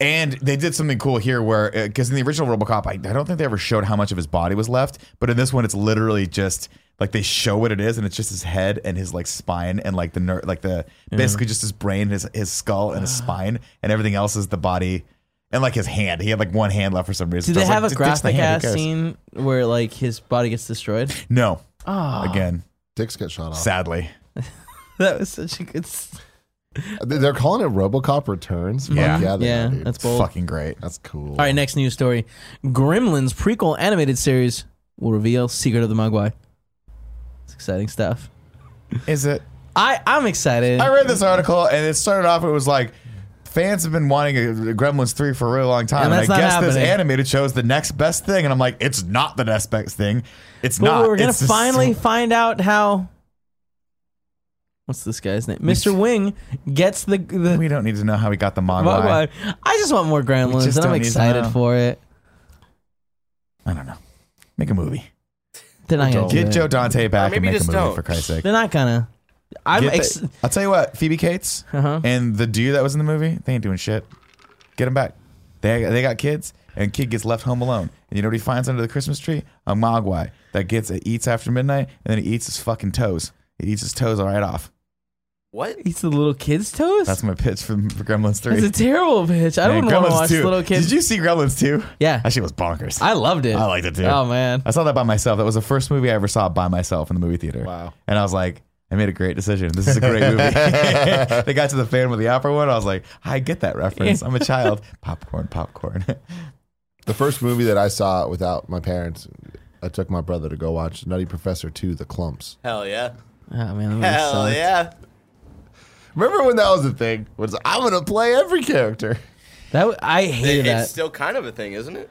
S3: and they did something cool here where because in the original RoboCop, I, I don't think they ever showed how much of his body was left, but in this one, it's literally just like they show what it is, and it's just his head and his like spine and like the ner- like the basically just his brain, his his skull and his spine, and everything else is the body. And like his hand, he had like one hand left for some reason.
S1: Did they
S3: So I
S1: have
S3: was
S1: a
S3: like, "Just the
S1: graphic
S3: hand,
S1: ass
S3: who cares?"
S1: scene where like his body gets destroyed?
S3: No,
S1: Oh,
S3: again,
S1: Ah.
S2: Dicks get shot off.
S3: sadly.
S1: that was such a good. s-
S2: They're calling it RoboCop Returns. Fuck
S3: Yeah.
S2: yeah, they
S1: Yeah,
S2: are, dude.
S1: that's
S2: that's
S1: bold.
S3: Fucking great.
S2: cool.
S1: All right, next news story. Gremlins prequel animated series will reveal Secret of the Mogwai. It's exciting stuff.
S3: Is it?
S1: I, I'm excited.
S3: I read this article and it started off. It was like fans have been wanting a a Gremlins three for a really long time,
S1: And
S3: and,
S1: that's not
S3: I guess this
S1: happening.
S3: animated show is the next best thing. And I'm like, it's not the next best thing. It's
S1: But
S3: not.
S1: we're gonna
S3: It's just-
S1: finally find out how. What's this guy's name? Mr. Wing gets the the.
S3: We don't need to know how we got the
S1: Mogwai.
S3: Mogwai.
S1: I just want more
S3: We
S1: Gremlins,
S3: just
S1: and I'm
S3: don't need to
S1: excited
S3: know.
S1: for it.
S3: I don't know. Make a movie.
S1: They're not gonna do
S3: Get
S1: it.
S3: Joe Dante back
S4: maybe
S3: and make a
S4: just
S3: movie
S4: don't.
S3: for Christ's sake.
S1: They're not gonna. I'm
S3: Get the-
S1: ex-
S3: I'll tell you what, Phoebe Cates
S1: Uh-huh.
S3: and the dude that was in the movie, they ain't doing shit. Get them back. They they got kids, and kid gets left home alone. And you know what he finds under the Christmas tree? A mogwai that gets it eats after midnight, and then it eats his fucking toes. It eats his toes right off.
S4: What?
S1: eats the little kids' toast.
S3: That's my pitch for, for Gremlins three.
S1: That's a terrible pitch. I don't want
S3: Man,
S1: to
S3: Gremlins
S1: watch
S3: 2.
S1: little kids.
S3: Did you see Gremlins two?
S1: Yeah.
S3: that shit was bonkers. I,
S1: I loved it.
S3: liked it too.
S1: Oh man.
S3: I saw that by myself. That was the first movie I ever saw by myself in the movie theater.
S2: Wow.
S3: And I was like, I made a great decision. This is a great movie. they got to the fan with the opera one. I was like, I get that reference. I'm a child. popcorn, popcorn.
S2: The first movie that I saw without my parents, I took my brother to go watch Nutty Professor 2 The Clumps.
S4: Hell yeah.
S1: Oh man. that
S4: Hell
S1: sucked.
S4: yeah.
S2: Remember when that was a thing? Was I'm going to play every character.
S1: That w- I hated
S4: It-
S1: that.
S4: it's still kind of a thing, isn't it?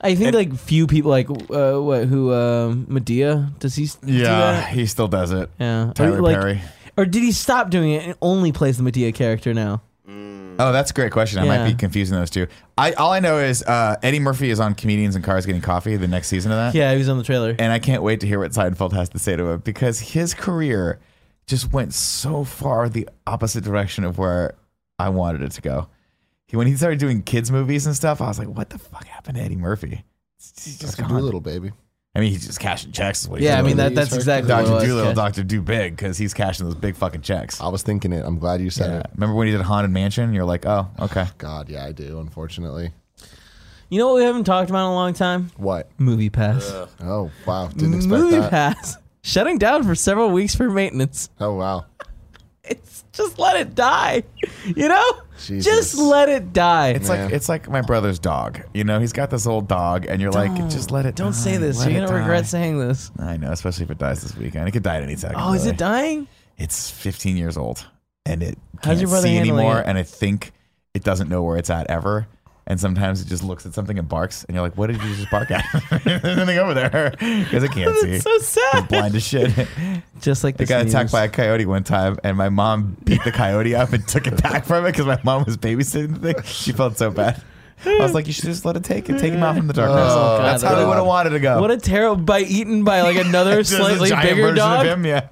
S1: I think like few people like uh, what who um, Medea does he? s- do that?
S3: he still does it.
S1: Yeah. Or,
S3: Tyler
S1: like-
S3: Perry.
S1: Or did he stop doing it and only plays the Medea character now?
S3: Oh, that's a great question. I might
S1: Yeah.
S3: be confusing those two. I all I know is uh, Eddie Murphy is on Comedians and Cars Getting Coffee the next season of that.
S1: Yeah, he was on the trailer.
S3: And I can't wait to hear what Seinfeld has to say to him because his career just went so far the opposite direction of where I wanted it to go. He, when he started doing kids' movies and stuff, I was like, what the fuck happened to Eddie Murphy? He's just
S2: Dr.
S3: gone.
S2: Doolittle, baby.
S3: I mean, he's just cashing checks. Is what he's
S1: yeah, I
S3: doing.
S1: mean that
S2: He's
S1: that's
S2: her-
S1: exactly what it
S3: Dr.
S1: was,
S3: Doolittle,
S1: okay.
S3: Dr. Do Big, because he's cashing those big fucking checks.
S2: I was thinking it. I'm glad you said
S3: Yeah.
S2: it.
S3: Remember when he did Haunted Mansion? You're like, oh, okay.
S2: God, yeah, I do, unfortunately.
S1: You know what we haven't talked about in a long time?
S2: What?
S1: Movie Pass.
S2: Oh, wow. Didn't expect
S1: Movie
S2: that.
S1: Pass shutting down for several weeks for maintenance.
S2: Oh, wow.
S1: It's just let it die. You know?
S2: Jesus.
S1: Just let it die.
S3: It's
S2: Yeah.
S3: like it's like my brother's dog. You know, he's got this old dog, and you're like, just let it.
S1: Don't say
S3: die,
S1: this.
S3: let
S1: You're
S3: it
S1: gonna regret
S3: die."
S1: saying this.
S3: I know, especially if it dies this weekend. It could die at any second.
S1: Oh, is
S3: really.
S1: it dying?
S3: It's 15 years old, and it
S1: How's
S3: can't
S1: your brother
S3: see
S1: handling
S3: anymore.
S1: it?
S3: And I think it doesn't know where it's at ever. And sometimes it just looks at something and barks, and you're like, "What did you just bark at?" and then they go over there because it can't see.
S1: That's so
S3: It's
S1: sad.
S3: blind as shit.
S1: Just like
S3: It
S1: this
S3: got attacked
S1: news.
S3: by a coyote one time, and my mom beat the coyote up and took it back from it because my mom was babysitting the thing. She felt so bad. I was like, "You should just let it take it, take him out from the darkness."
S2: Oh,
S3: That's
S1: God.
S3: how they would have wanted to go.
S1: What a terrible by eaten by like another
S3: Just a
S1: slightly
S3: giant
S1: bigger
S3: version
S1: dog.
S3: Of him, yeah.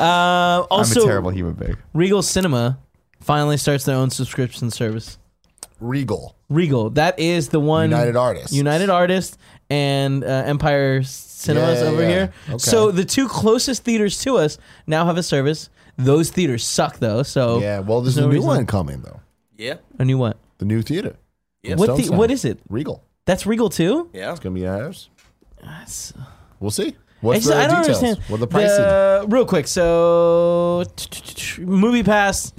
S1: Uh, also,
S3: I'm a terrible human being.
S1: Regal Cinema finally starts their own subscription service.
S2: Regal.
S1: Regal, that is the one
S2: United Artists.
S1: United Artists and uh, Empire Cinemas
S2: Yeah, yeah,
S1: over
S2: yeah.
S1: here.
S2: Okay.
S1: So the two closest theaters to us now have a service. Those theaters suck though. So
S2: Yeah, well, there's,
S1: no
S2: a new
S1: reason-
S2: one coming, though.
S4: Yeah.
S1: a new what?
S2: The new theater.
S4: Yeah.
S1: What
S2: Stone
S1: the,
S2: Sour.
S1: what is it?
S2: Regal.
S1: That's Regal too.
S4: Yeah.
S2: It's going to be ours.
S1: That's- uh,
S2: We'll see. What's
S1: Actually,
S2: the
S1: I don't
S2: details?
S1: understand.
S2: What the pricing?
S1: The- real quick, so movie pass.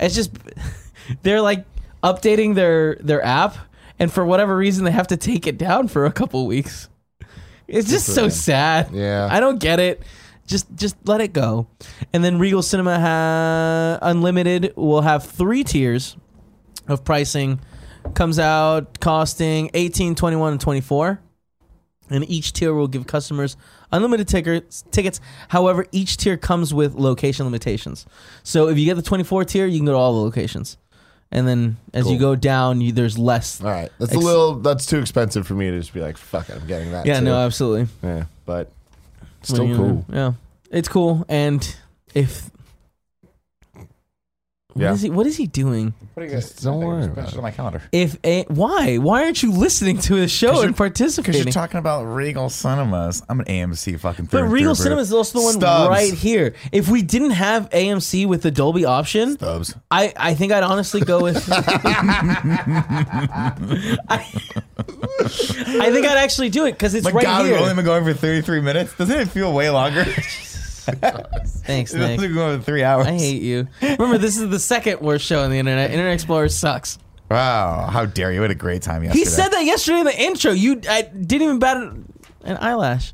S1: It's just they're like updating their their app, and for whatever reason they have to take it down for a couple weeks. It's just so sad.
S2: Yeah.
S1: I don't get it. Just just let it go. And then Regal Cinema ha- Unlimited will have three tiers of pricing. Comes out costing 18, 21, and 24 and each tier will give customers unlimited tickets tickets however each tier comes with location limitations so if you get the 24 tier you can go to all the locations and then as you go down you, there's less
S2: All right, that's
S1: Ex-
S2: a little. That's too expensive for me to just be like, "Fuck it, I'm getting that."
S1: yeah
S2: too.
S1: no absolutely
S2: yeah, but
S1: What
S2: still
S1: do you-
S2: cool.
S1: yeah it's cool and if what
S2: Yeah.
S1: is he what is he doing
S2: Just don't worry about it.
S3: on my calendar.
S1: if a, why why aren't you listening to the show and
S3: Because you're
S1: participating
S3: talking about Regal Cinemas. I'm an AMC fucking.
S1: but Regal Cinema is also the one right
S3: here.
S1: here. If we didn't have AMC with the Dolby option,
S3: Dubs.
S1: I, I think I'd honestly go with. I, I think I'd actually do it because it's
S3: My
S1: right
S3: God, we've
S1: here.
S3: only been going for 33 minutes. Doesn't it feel way longer?
S1: Thanks,
S3: Those are
S1: Nick.
S3: going for three hours.
S1: I hate you. Remember, this is the second worst show on the internet. Internet Explorer sucks.
S3: Wow, how dare you? What a great time yesterday.
S1: He said that yesterday in the intro. You I didn't even bat an eyelash.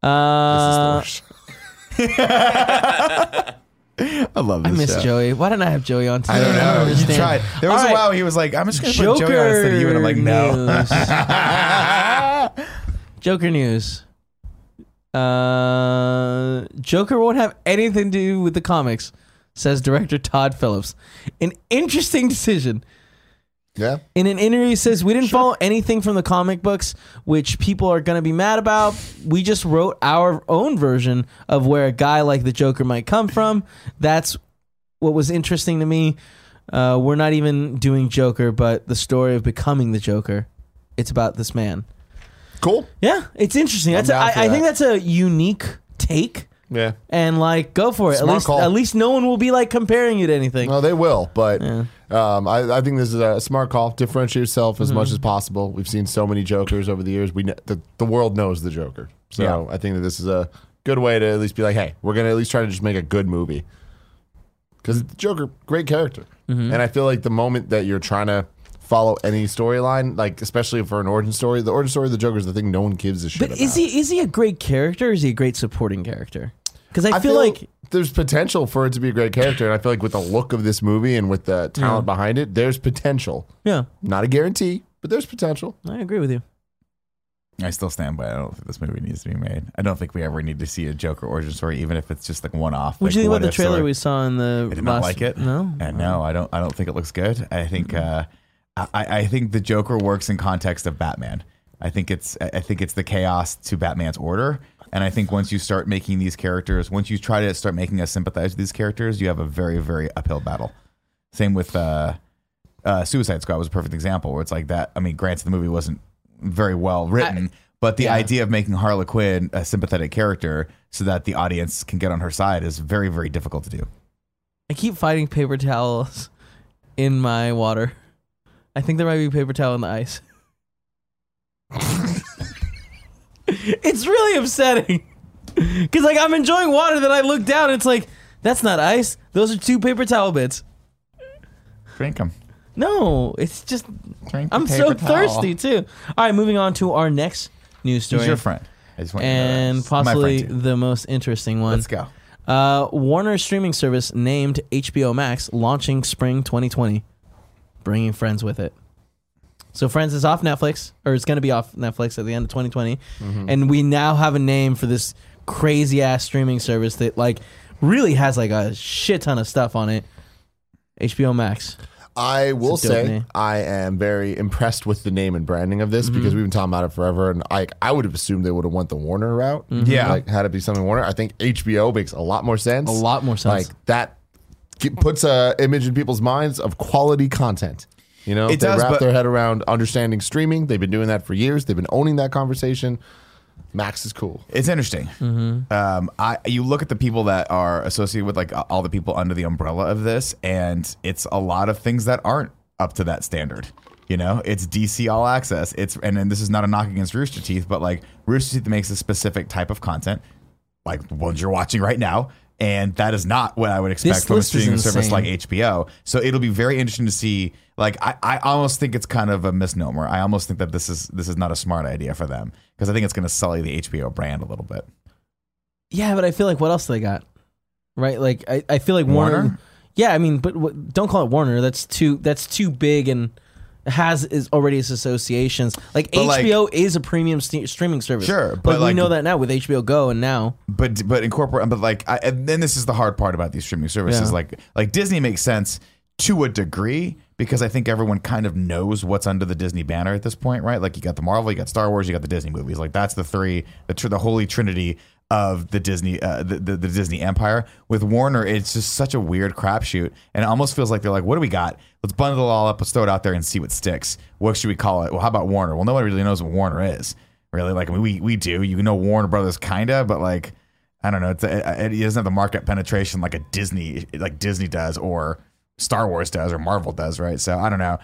S1: Uh,
S3: I love
S1: I
S3: this
S1: miss
S3: show.
S1: Joey. Why didn't I have Joey on today?
S3: I don't know. You
S1: understand.
S3: tried. There was
S1: All
S3: a
S1: right,
S3: while he was like, "I'm just gonna put Joey on
S1: Joker
S3: instead of you," and I'm like, "No."
S1: news. Joker news. Uh, Joker won't have anything to do with the comics, says director Todd Phillips. An interesting decision.
S2: Yeah.
S1: In an interview, he says, We didn't follow anything from the comic books, which people are going to be mad about. We just wrote our own version of where a guy like the Joker might come from. That's what was interesting to me. Uh, we're not even doing Joker, but the story of becoming the Joker. It's about this man.
S2: Cool.
S1: Yeah, it's interesting. That's a,
S2: down for
S1: I, I think
S2: that.
S1: that's a unique take,
S2: Yeah.
S1: and like, go for it.
S2: Smart
S1: at least,
S2: call.
S1: at least no one will be like comparing you to anything.
S2: No, they will, but um, I, I think this is a smart call. Differentiate yourself as
S1: Mm-hmm.
S2: much as possible. We've seen so many Jokers over the years. We kn- the, the world knows the Joker, so
S3: Yeah.
S2: I think that this is a good way to at least be like, hey, we're gonna at least try to just make a good movie because Joker, great character,
S1: Mm-hmm.
S2: and I feel like the moment that you're trying to follow any storyline, like especially for an origin story, the origin story of the Joker is the thing no one gives a shit
S1: But
S2: about.
S1: is he is he a great character? or Is he a great supporting character? Because I, feel, like
S2: there's potential for it to be a great character, and I feel like with the look of this movie and with the talent behind it, there's potential.
S1: yeah,
S2: Not a guarantee, but there's potential.
S1: I agree with you.
S3: I still stand by. it. I don't think this movie needs to be made. I don't think we ever need to see a Joker origin story, even if it's just like one off.
S1: What
S3: like,
S1: do you think about the
S3: what-if
S1: trailer
S3: story.
S1: we saw in the?
S3: I did not
S1: last-
S3: like it.
S1: No, Mm-hmm.
S3: and no, I don't. I don't think it looks good. I think. Uh, I, I think the Joker works in context of Batman. I think it's. I I think it's the chaos to Batman's order. And I think once you start making these characters, once you try to start making us sympathize with these characters, you have a very, very uphill battle. Same with uh, uh, Suicide Squad was a perfect example where it's like that. I mean, granted, the movie wasn't very well written, but the idea of making Harley Quinn a sympathetic character so that the audience can get on her side is very, very difficult to do.
S1: I keep finding paper towels in my water. I think there might be a paper towel in the ice. it's really upsetting. Cause like I'm enjoying water, then I look down. It's like that's not ice. Those are two paper towel bits.
S3: Drink them.
S1: No, it's just
S3: Drink the
S1: I'm
S3: paper
S1: so
S3: towel.
S1: thirsty too. All right, moving on to our next news
S3: He's
S1: story.
S3: your friend. I just want you to know that.
S1: and
S3: It's my friend,
S1: possibly
S3: too.
S1: the most interesting one.
S3: let's go.
S1: Uh, Warner streaming service named HBO Max launching spring 2020, bringing Friends with it. So Friends is off Netflix, or it's going to be off Netflix at the end of 2020, and we now have a name for this crazy ass streaming service that like really has like a shit ton of stuff on it. HBO Max.
S2: I will
S1: It's a dope
S2: say
S1: name. Mm-hmm.
S2: I am very impressed with the name and branding of this because we've been talking about it forever, and I I would have assumed they would have went the Warner route.
S1: Mm-hmm.
S3: Yeah.
S2: like had it be something Warner. I think HBO makes a lot more sense.
S1: A lot more sense.
S2: Like that ge- puts a image in people's minds of quality content. You know,
S3: It
S2: they
S3: does,
S2: wrap
S3: but-
S2: their head around understanding streaming. They've been doing that for years. They've been owning that conversation. Max is cool.
S3: It's interesting.
S1: Mm-hmm.
S3: Um, I you look at the people that are associated with like all the people under the umbrella of this, and it's a lot of things that aren't up to that standard. You know, it's DC All Access. It's and, and this is not a knock against Rooster Teeth, but like Rooster Teeth makes a specific type of content, like the ones you're watching right now. And that is not what I would expect
S1: This
S3: from a
S1: list is
S3: streaming service
S1: insane.
S3: like HBO. So it'll be very interesting to see. Like I, I almost think it's kind of a misnomer. I almost think that this is this is not a smart idea for them because I think it's going to sully the HBO brand a little bit.
S1: Yeah, but I feel like what else they got, right? Like I, I feel like Warner.
S3: Warner?
S1: Yeah, I mean, but what, don't call it Warner. That's too that's too big and has is already its associations. Like
S3: But, like-
S1: HBO is a premium st- streaming service.
S3: Sure,
S1: but
S3: but,
S1: we
S3: like-
S1: know that now with HBO Go and now.
S3: but but incorporate but like I, and then this is the hard part about these streaming services
S1: Yeah.
S3: like like disney makes sense to a degree because i think everyone kind of knows what's under the disney banner at this point right like you got the marvel you got star wars you got the disney movies like that's the three the, tr- the holy trinity of the disney uh, the, the, the disney empire with warner it's just such a weird crapshoot and it almost feels like they're like what do we got let's bundle it all up let's throw it out there and see what sticks what should we call it well how about warner well no one really knows what warner is really like I mean, we we do you know warner brothers kinda but like I don't know. It's a, it, it doesn't have the market penetration like a Disney, like Disney does, or Star Wars does, or Marvel does, right? So I don't know.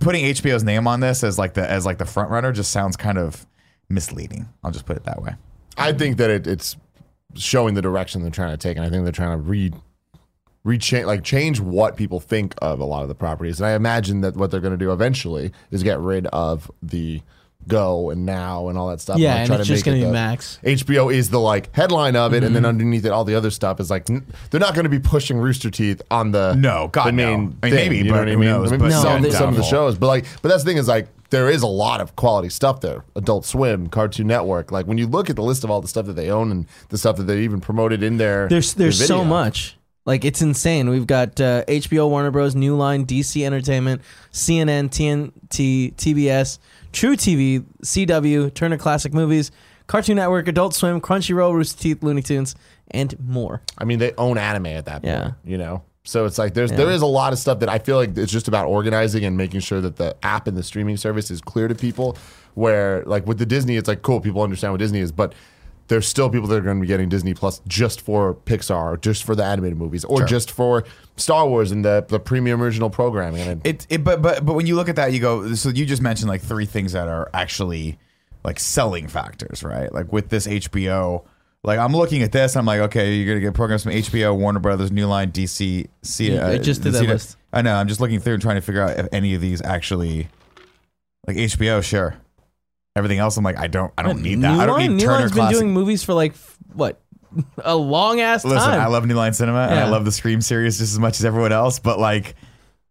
S3: Putting HBO's name on this as like the as like the front runner just sounds kind of misleading. I'll just put it that way.
S2: I think that it, it's showing the direction they're trying to take, and I think they're trying to re rechange like change what people think of a lot of the properties. And I imagine that what they're going to do eventually is get rid of the go and now and all that stuff.
S1: Yeah,
S2: like,
S1: and
S2: try to
S1: it's just
S2: make it
S1: gonna be
S2: the-
S1: Max.
S2: HBO is the like headline of it, and then
S3: Mm-hmm.
S2: underneath it, all the other stuff is like n- they're not going to be pushing Rooster Teeth on the
S3: No, God,
S2: the
S3: no.
S2: main
S3: I mean,
S2: thing,
S3: maybe,
S2: you know
S3: but
S2: what I
S3: who
S2: mean?
S3: knows,
S2: Maybe
S3: but
S2: some-
S1: No, they-
S2: some of the
S3: doubtful.
S2: shows, but like, but that's the thing is like there is a lot of quality stuff there. Adult Swim, Cartoon Network, like when you look at the list of all the stuff that they own and the stuff that they even promoted in their
S1: There's
S2: their
S1: there's so
S2: video.
S1: much. Like it's insane. We've got uh, HBO, Warner Bros, New Line, DC Entertainment, CNN, TNT, TBS, True TV, CW, Turner Classic Movies, Cartoon Network, Adult Swim, Crunchyroll, Rooster Teeth, Looney Tunes, and more.
S2: I mean, they own anime at that point.
S1: Yeah.
S2: You know? So it's like there's there is a lot of stuff that I feel like it's just about organizing and making sure that the app and the streaming service is clear to people. Where like with the Disney, it's like cool, people understand what Disney is, but there's still people that are going to be getting Disney Plus just for Pixar, or just for the animated movies, or just for Star Wars and the the premium original programming. And it,
S3: It, it but but but when you look at that, you go. So you just mentioned like three things that are actually like selling factors, right? Like with this HBO, like I'm looking at this, I'm like, okay, you're gonna get programs from HBO, Warner Brothers, New Line, DC, C.
S1: I just did
S3: the
S1: that
S3: CW.
S1: list.
S3: I know. I'm just looking through and trying to figure out if any of these actually, like HBO, sure. Everything else, I'm like, I don't, I don't need that.
S1: New
S3: I don't
S1: Line,
S3: need
S1: New
S3: Turner
S1: Line's
S3: Classic.
S1: been doing movies for like f- what a long ass time.
S3: Listen, I love New Line Cinema and I
S1: Yeah.
S3: love the Scream series just as much as everyone else, but like,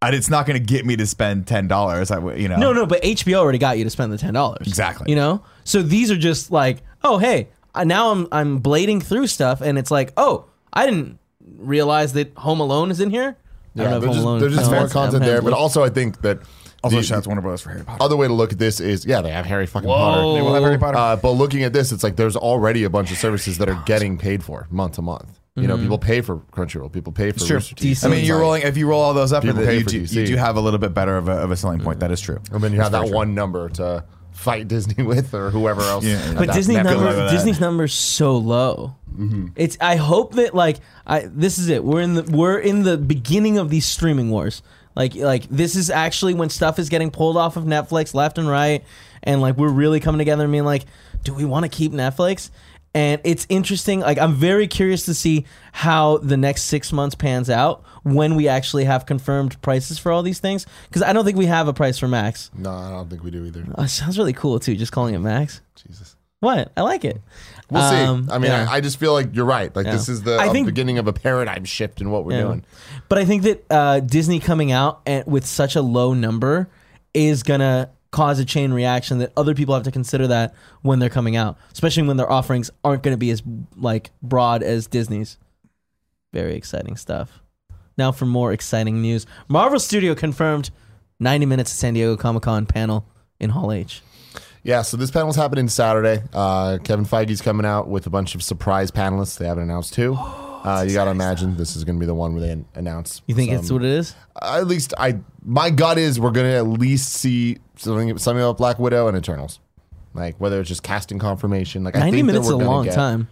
S3: I, it's not going to get me to spend ten dollars. I w- you know,
S1: No, no, but HBO already got you to spend the ten dollars.
S3: Exactly.
S1: You know, so these are just like, oh hey, I- now I'm I'm blading through stuff, and it's like, oh, I didn't realize that Home Alone is in here. I don't know if
S2: there's
S1: Home
S2: just,
S1: Alone.
S2: there's just
S1: no,
S2: more
S1: that's-
S2: content
S1: I'm
S2: there, but
S1: having-
S2: also I think that
S3: Also,
S2: the-
S3: shout out to Warner Brothers for Harry Potter.
S2: other way to look at this is yeah, they have Harry fucking Potter.
S3: They will have Harry Potter.
S2: Uh, but looking at this, it's like there's already a bunch of services that are getting paid for month to month. You
S1: Mm-hmm.
S2: know, people pay for Crunchyroll, people pay for
S3: Sure.
S2: Rooster Teeth.
S3: I mean, you're
S2: Like,
S3: rolling. If you roll all those up, you,
S2: People pay for
S3: do,
S2: DC.
S3: you do have a little bit better of a, of a selling point. That is true.
S2: and then you have that one number to fight Disney with or whoever else.
S3: Yeah, yeah.
S2: at
S1: But
S2: that-
S1: Disney
S2: that-
S3: luck with
S1: number,
S3: that.
S1: Disney's number's so low. It's. I hope that like I. This is it. We're in the we're in the beginning of these streaming wars. Like like this is actually when stuff is getting pulled off of Netflix left and right, and like we're really coming together and being like, do we want to keep Netflix? And it's interesting. Like I'm very curious to see how the next six months pans out when we actually have confirmed prices for all these things. Because I don't think we have a price for Max.
S2: No, I don't think we do either.
S1: Oh, it sounds really cool too. Just calling it Max.
S2: Jesus.
S1: What? I like it.
S2: We'll
S1: Um,
S2: see. I mean,
S1: yeah.
S2: I, I just feel like you're right. Like
S1: Yeah.
S2: this is the
S1: I
S2: a
S1: think-
S2: beginning of a paradigm shift in what we're
S1: Yeah.
S2: doing.
S1: But I think that uh, Disney coming out at, with such a low number is gonna cause a chain reaction that other people have to consider that when they're coming out, especially when their offerings aren't gonna be as like broad as Disney's. Very exciting stuff. Now for more exciting news, Marvel Studio confirmed 90 minutes at San Diego Comic Con panel in Hall H.
S2: Yeah, so this panel's happening Saturday. Uh, Kevin Feige's coming out with a bunch of surprise panelists. They haven't announced who. Uh, you got to imagine this is going to be the one where they an- announce.
S1: You think
S2: some-
S1: it's what it is?
S2: At least I, my gut is we're going to at least see something, something about Black Widow and Eternals. Like whether it's just casting confirmation. Like I
S1: 90
S2: think
S1: minutes is
S2: that
S1: a
S2: we're gonna
S1: long
S2: get-
S1: time.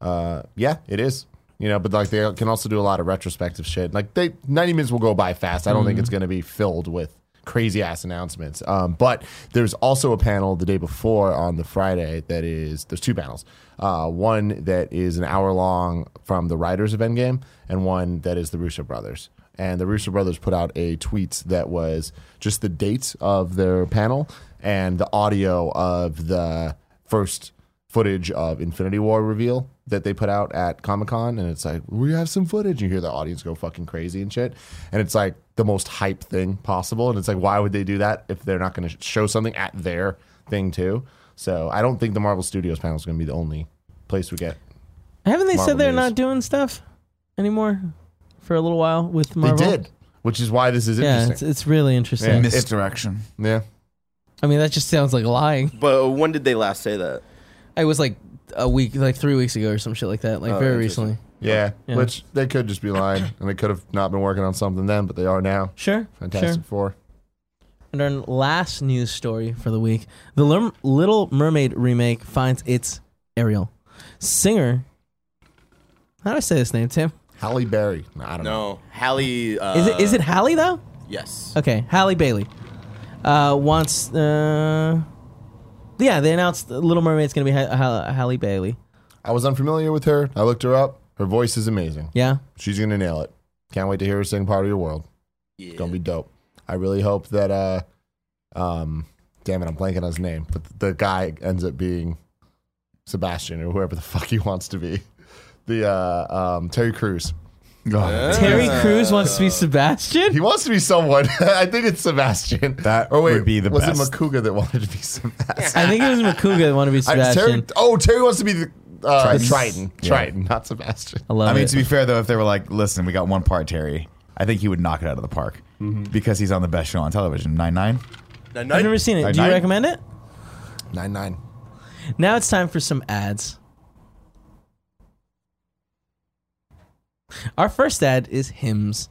S2: Uh, yeah, it is. You know, but like they can also do a lot of retrospective shit. Like they ninety minutes will go by fast. I don't think it's going to be filled with crazy ass announcements. Um, but there's also a panel the day before on the Friday that is there's two panels. Uh, one that is an hour long from the writers of Endgame, and one that is the Russo brothers. And the Russo brothers put out a tweet that was just the dates of their panel and the audio of the first footage of Infinity War reveal that they put out at Comic Con, and it's like we have some footage. You hear the audience go fucking crazy and shit, and it's like the most hype thing possible. And it's like, why would they do that if they're not going to show something at their thing too? So I don't think the Marvel Studios panel is going to be the only place we get.
S1: Haven't they
S2: Marvel
S1: said they're
S2: news.
S1: not doing stuff anymore for a little while with Marvel?
S2: They did, which is why this is
S1: Yeah,
S2: interesting.
S1: it's, it's really interesting.
S2: Yeah.
S3: Misdirection.
S2: yeah.
S1: I mean, that just sounds like lying.
S4: But when did they last say that?
S1: I was like a week, like three weeks ago or some shit like that, like
S4: Oh,
S1: very
S4: interesting.
S1: recently.
S2: yeah,
S1: Yeah.
S2: which they could just be lying, and they could have not been working on something then, but they are now.
S1: Sure.
S2: Fantastic
S1: Sure.
S2: Four.
S1: And our last news story for the week The Lim- Little Mermaid remake finds its Ariel. Singer. How do I say this name, Tim?
S2: Halle Berry. No, I don't know.
S4: No, Hallie. Uh,
S1: Is it is it Hallie though?
S4: Yes.
S1: Okay, Halle Bailey uh, wants. Uh, yeah, they announced Little Mermaid's gonna be ha- ha- Halle Bailey.
S2: I I was unfamiliar with her. I looked her up. Her voice is amazing.
S1: Yeah.
S2: She's gonna nail it. Can't wait to hear her sing "Part of Your World."
S4: Yeah.
S2: It's gonna be dope. I really hope that uh, um, damn it, I'm blanking on his name, but the guy ends up being Sebastian or whoever the fuck he wants to be. The uh, um, Terry Crews.
S1: Terry Crews wants to be Sebastian.
S2: He wants to be someone. I think it's Sebastian. Oh,
S3: That would be the
S2: was
S3: best.
S2: it Makuga that wanted to be Sebastian?
S1: I think it was Makuga that wanted to be
S2: I, Terry,
S1: Sebastian.
S2: oh, Terry wants to be the uh,
S3: Triton.
S2: Triton. Triton,
S3: Yeah.
S2: not Sebastian.
S1: I love
S3: I mean,
S1: it.
S3: to be fair though, if they were like, "Listen, we got one part, Terry," I think he would knock it out of the park because he's on the best show on television. Nine Nine.
S4: Now,
S1: I've
S4: night-
S1: never seen it. Do you
S3: Night-
S1: recommend it?
S2: Nine nine.
S1: Now it's time for some ads. Our first ad is Hims.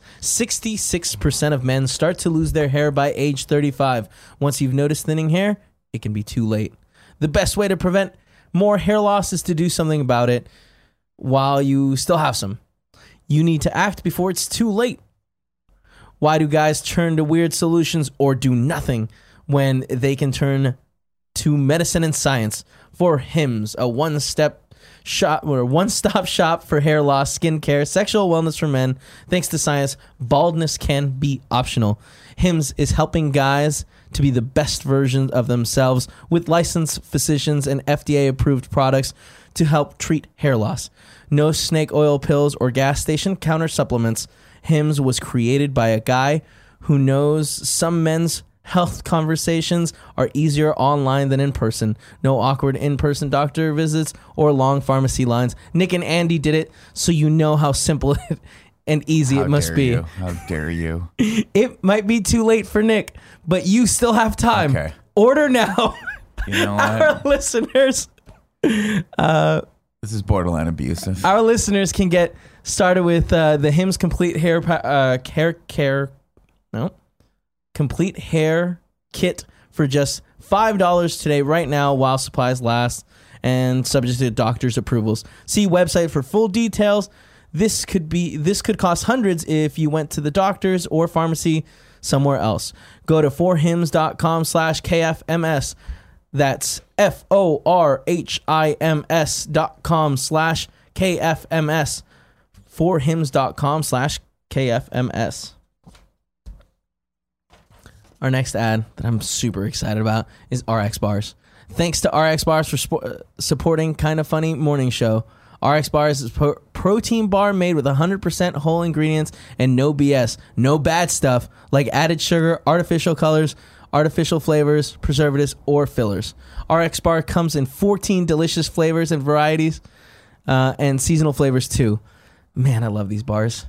S1: 66% of men start to lose their hair by age 35. Once you've noticed thinning hair, it can be too late. The best way to prevent more hair loss is to do something about it while you still have some. You need to act before it's too late. Why do guys turn to weird solutions or do nothing when they can turn to medicine and science for Hims, a one-step shop or one-stop shop for hair loss, skincare, sexual wellness for men. Thanks to science, baldness can be optional. Hims is helping guys to be the best versions of themselves with licensed physicians and FDA-approved products to help treat hair loss. No snake oil pills or gas station counter supplements. Hims was created by a guy who knows some men's health conversations are easier online than in person. No awkward in person doctor visits or long pharmacy lines. Nick and Andy did it, so you know how simple and easy it must be.
S3: How dare you?
S1: It might be too late for Nick, but you still have time.
S3: Okay.
S1: Order now.
S3: You know
S1: Our
S3: what?
S1: listeners
S3: this is borderline abusive.
S1: our listeners can get started with uh, the hymns complete hair pa- uh, care care no complete hair kit for just five dollars today right now while supplies last and subject to doctor's approvals see website for full details this could be this could cost hundreds if you went to the doctors or pharmacy somewhere else go to forhims.com slash kfms that's F O R H I M S dot com slash KFMS. Forhims dot com slash KFMS. Our next ad that I'm super excited about is RX Bars. Thanks to RX Bars for spo- uh, supporting Kinda Funny Morning Show. RX Bars is pro- protein bar made with 100% whole ingredients and no BS, no bad stuff like added sugar, artificial colors, artificial flavors, preservatives, or fillers. RX Bar comes in 14 delicious flavors and varieties uh, and seasonal flavors too. Man, I love these bars.